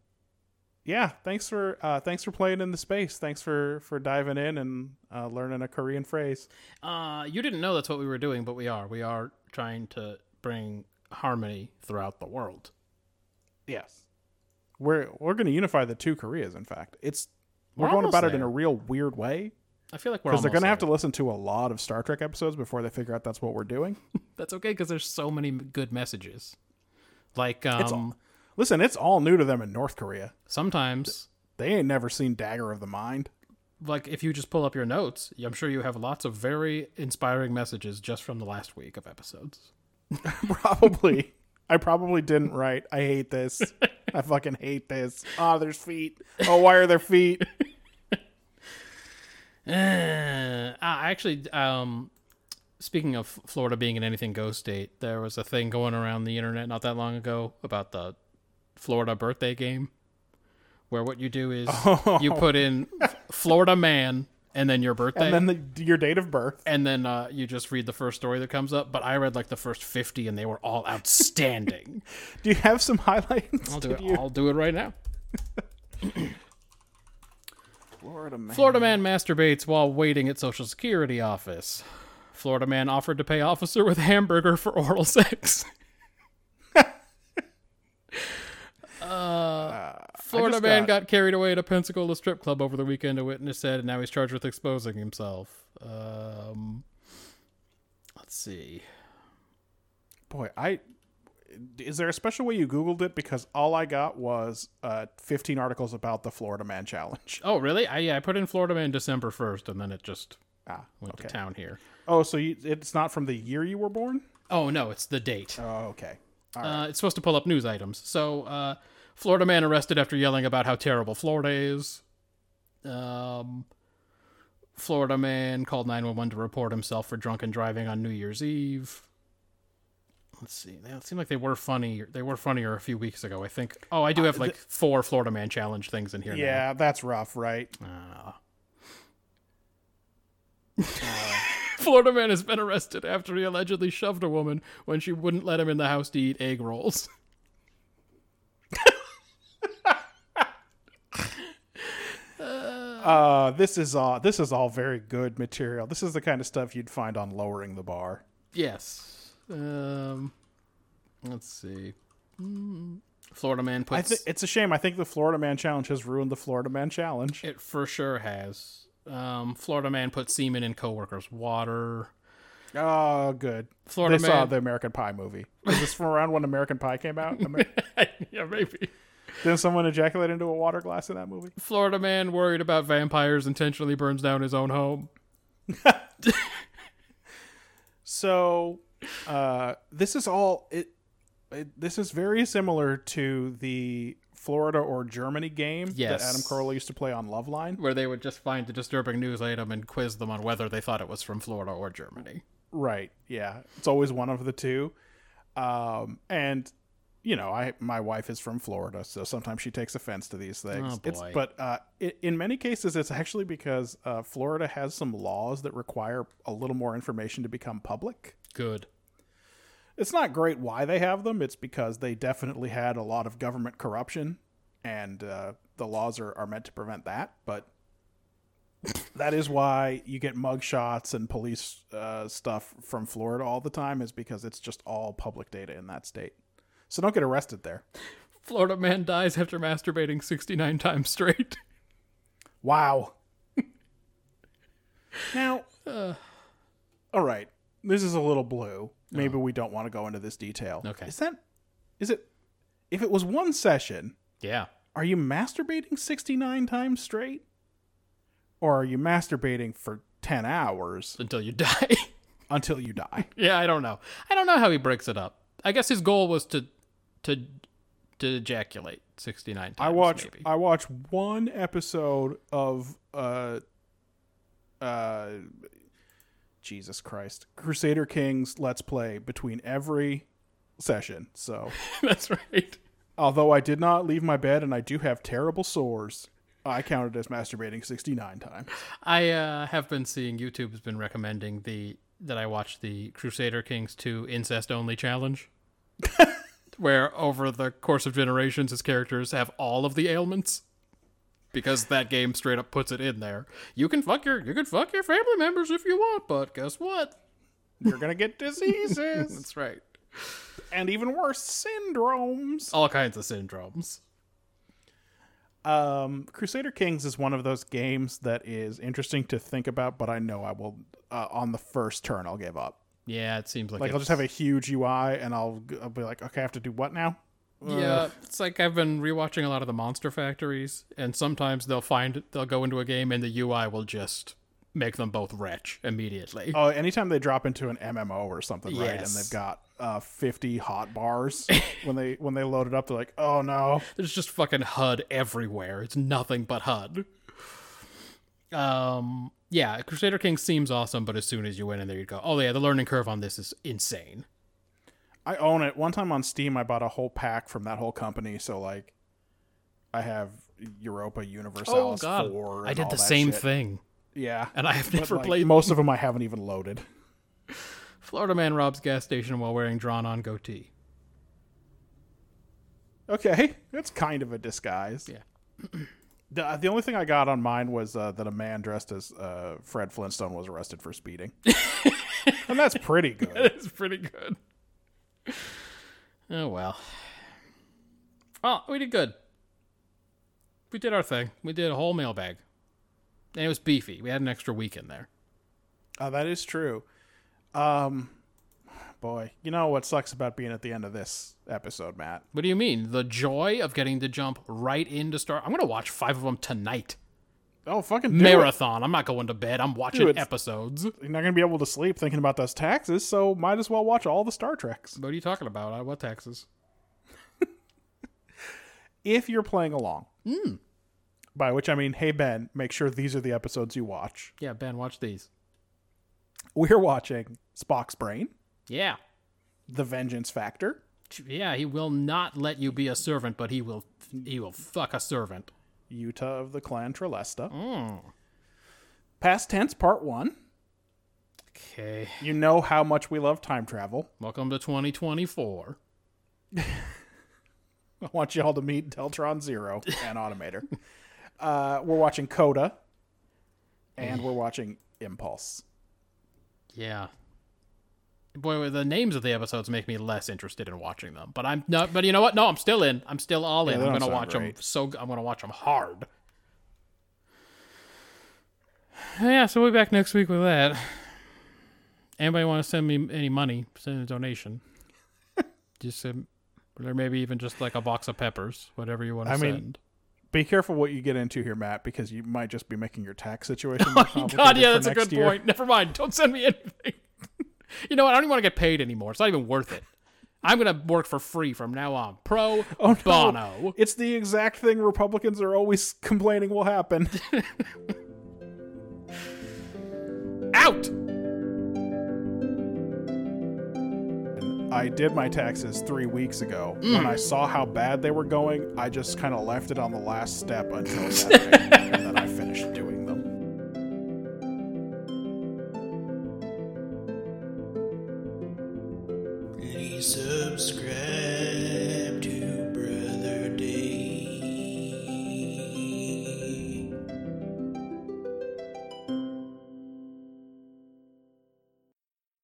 B: yeah, thanks for uh, thanks for playing in the space. Thanks for for diving in and uh, learning a Korean phrase.
A: Uh, you didn't know that's what we were doing, but we are. We are trying to bring harmony throughout the world.
B: Yes. We're we're going to unify the two Koreas in fact. It's we're,
A: We're
B: going
A: almost
B: about it in
A: there.
B: a real weird way
A: I feel like we're
B: because they're
A: going to
B: have to listen to a lot of Star Trek episodes before they figure out that's what we're doing.
A: That's okay because there's so many m- good messages. Like
B: It's
A: um,
B: Listen, it's all new to them in North Korea.
A: sometimes,
B: They ain't never seen Dagger of the Mind.
A: like if you just pull up your notes, I'm sure you have lots of very inspiring messages just from the last week of episodes.
B: Probably. I probably didn't write. I hate this. I fucking hate this. Oh, there's feet. Oh, why are there feet?
A: Eh, I actually, um, speaking of Florida being an anything go state, there was a thing going around the internet not that long ago about the Florida birthday game, where what you do is you put in Florida man and then your birthday.
B: And then the, your date of birth.
A: and then uh, you just read the first story that comes up. But I read like the first fifty, and they were all outstanding.
B: Do you have some highlights?
A: I'll do
B: Did
A: it.
B: you-
A: I'll do it right now.
B: Florida man.
A: Florida man masturbates while waiting at Social Security office. Florida man offered to pay officer with hamburger for oral sex. uh, Florida
B: just
A: man
B: got-
A: got... carried away at a Pensacola strip club over the weekend, a witness said, and now he's charged with exposing himself. Um, let's see.
B: Boy, I. Is there a special way you Googled it? Because all I got was uh, 15 articles about the Florida Man Challenge.
A: Oh, really? I, yeah, I put in Florida man December 1st, and then it just
B: Ah,
A: went
B: okay.
A: to town here.
B: Oh, so you, it's not from the year you were born?
A: Oh, no, it's the date.
B: Oh, okay.
A: Uh, it's supposed to pull up news items. So, uh, Florida man arrested after yelling about how terrible Florida is. Um, Florida man called 911 to report himself for drunken driving on New Year's Eve. Let's see. They it seemed like they were funny. They were funnier a few weeks ago, I think. Oh, I do have like four Florida man challenge things in here.
B: Uh, Yeah, that's rough, right?
A: Now. Florida man has been arrested after he allegedly shoved a woman when she wouldn't let him in the house to eat egg rolls.
B: Uh, this is all this is all very good material. This is the kind of stuff you'd find on lowering the bar.
A: Yes. Um, let's see. Mm. Florida man
B: I
A: puts
B: th- it's a shame. I think the Florida Man Challenge has ruined the Florida Man Challenge.
A: it for sure has. Um, Florida man puts semen in coworkers' water.
B: Oh, good.
A: Florida
B: they
A: man.
B: saw the American Pie movie. Is this from around when American Pie came out? Amer-
A: yeah, maybe.
B: Didn't someone ejaculate into a water glass in that movie?
A: Florida man worried about vampires intentionally burns down his own home.
B: So, uh, this is all it, it. This is very similar to the Florida or Germany game
A: Yes.
B: that Adam Carolla used to play on Loveline.
A: Where they would just find a disturbing news item and quiz them on whether they thought it was from Florida or Germany.
B: Right. Yeah. It's always one of the two. Um, and you know, I my wife is from Florida, so sometimes she takes offense to these things.
A: Oh,
B: It's
A: boy.
B: but uh, i in many cases, it's actually because uh, Florida has some laws that require a little more information to become public.
A: Good.
B: It's not great why they have them. It's because they definitely had a lot of government corruption, and uh, the laws are, are meant to prevent that. But that is why you get mug shots and police uh, stuff from Florida all the time, is because it's just all public data in that state. So don't get arrested there.
A: Florida man dies after masturbating 69 times straight.
B: Wow. now, all right. This is a little blue. Maybe we don't want to go into this detail.
A: Okay.
B: Is that? Is it? If it was one session,
A: yeah.
B: are you masturbating sixty nine times straight, or are you masturbating for ten hours
A: Until you die.
B: until you die?
A: Yeah, I don't know. I don't know how he breaks it up. I guess his goal was to to to ejaculate sixty nine times.
B: I watch.
A: Maybe.
B: I watch one episode of uh, uh, Jesus Christ, Crusader Kings Let's Play between every session. So,
A: That's right.
B: although I did not leave my bed and I do have terrible sores, I counted as masturbating 69 times.
A: I uh, have been seeing YouTube has been recommending the that I watch the Crusader Kings 2 incest only challenge, where over the course of generations his characters have all of the ailments. Because that game straight up puts it in there. You can fuck your you can fuck your family members if you want, but guess what?
B: You're going to get diseases
A: That's right.
B: and even worse syndromes.
A: All kinds of syndromes.
B: Um, Crusader Kings is one of those games that is interesting to think about, but I know I will uh, on the first turn I'll give up.
A: Yeah, it seems like
B: Like I'll just have a huge UI and I'll, I'll be like, okay, I have to do what now?
A: Yeah, it's like I've been rewatching a lot of the Monster Factories, and sometimes they'll find they'll go into a game and the UI will just make them both retch immediately.
B: Oh, anytime they drop into an MMO or something, right? And
A: Yes.
B: they've got uh, fifty hot bars when they when they load it up, they're like, oh no,
A: There's just fucking HUD everywhere. It's nothing but HUD. Um, yeah, Crusader King seems awesome, but as soon as you went in there, you'd go, "Oh yeah, the learning curve on this is insane."
B: I own it. One time on Steam, I bought a whole pack from that whole company, so like, I have Europa Universalis Four.
A: Oh, I
B: and
A: did
B: all
A: the
B: that
A: same
B: shit.
A: thing,
B: Yeah,
A: and I have
B: But,
A: never
B: like,
A: played
B: most of them. I haven't even loaded.
A: Florida Man robs gas station while wearing drawn-on goatee.
B: Okay, that's kind of a disguise.
A: Yeah.
B: The, the only thing I got on mine was uh, that a man dressed as uh, Fred Flintstone was arrested for speeding, and that's pretty good.
A: It's pretty good. Oh well. Oh, we did good. We did our thing. We did a whole mailbag. And it was beefy. We had an extra week in there.
B: Oh, that is true. Um, boy, you know what sucks about being at the end of this episode, Matt?
A: What do you mean? The joy of getting to jump right into Star. I'm going to watch five of them tonight.
B: Oh, fucking do it.
A: Marathon. I'm not going to bed. I'm watching
B: it.
A: episodes.
B: You're not gonna be able to sleep thinking about those taxes, so might as well watch all the Star Treks.
A: What are you talking about? Uh, What taxes?
B: If you're playing along, by which I mean, hey Ben, make sure these are the episodes you watch.
A: Yeah, Ben, watch these.
B: We're watching Spock's Brain,
A: Yeah.
B: The Vengeance Factor,
A: Yeah, he will not let you be a servant, but he will he will fuck a servant.
B: Utah of the Clan Trelesta,
A: Hmm.
B: Past Tense Part One.
A: Okay.
B: You know how much we love time travel.
A: Welcome to 2024.
B: I want you all to meet Deltron Zero and Automator. Uh, we're watching Coda, and we're watching Impulse.
A: Yeah. Boy, the names of the episodes make me less interested in watching them. But I'm not. But you know what? No, I'm still in. I'm still all in.
B: they
A: I'm
B: don't
A: gonna
B: sound
A: watch them.
B: great.
A: So I'm gonna watch them hard. Yeah. So we'll be back next week with that. Anybody want to send me any money? Send a donation. just um, or maybe even just like a box of peppers, whatever you want to
B: I mean,
A: send.
B: Be careful what you get into here, Matt, because you might just be making your tax situation. more
A: God,
B: complicated
A: yeah,
B: for
A: that's a
B: next
A: good
B: year.
A: point. Never mind. Don't send me anything. you know what? I don't even want to get paid anymore. It's not even worth it. I'm gonna work for free from now on. Pro
B: Oh, no.
A: bono.
B: It's the exact thing Republicans are always complaining will happen.
A: Out.
B: I did my taxes three weeks ago. When I saw how bad they were going, I just kind of left it on the last step until Saturday, and then I finished doing them.
F: Please subscribe.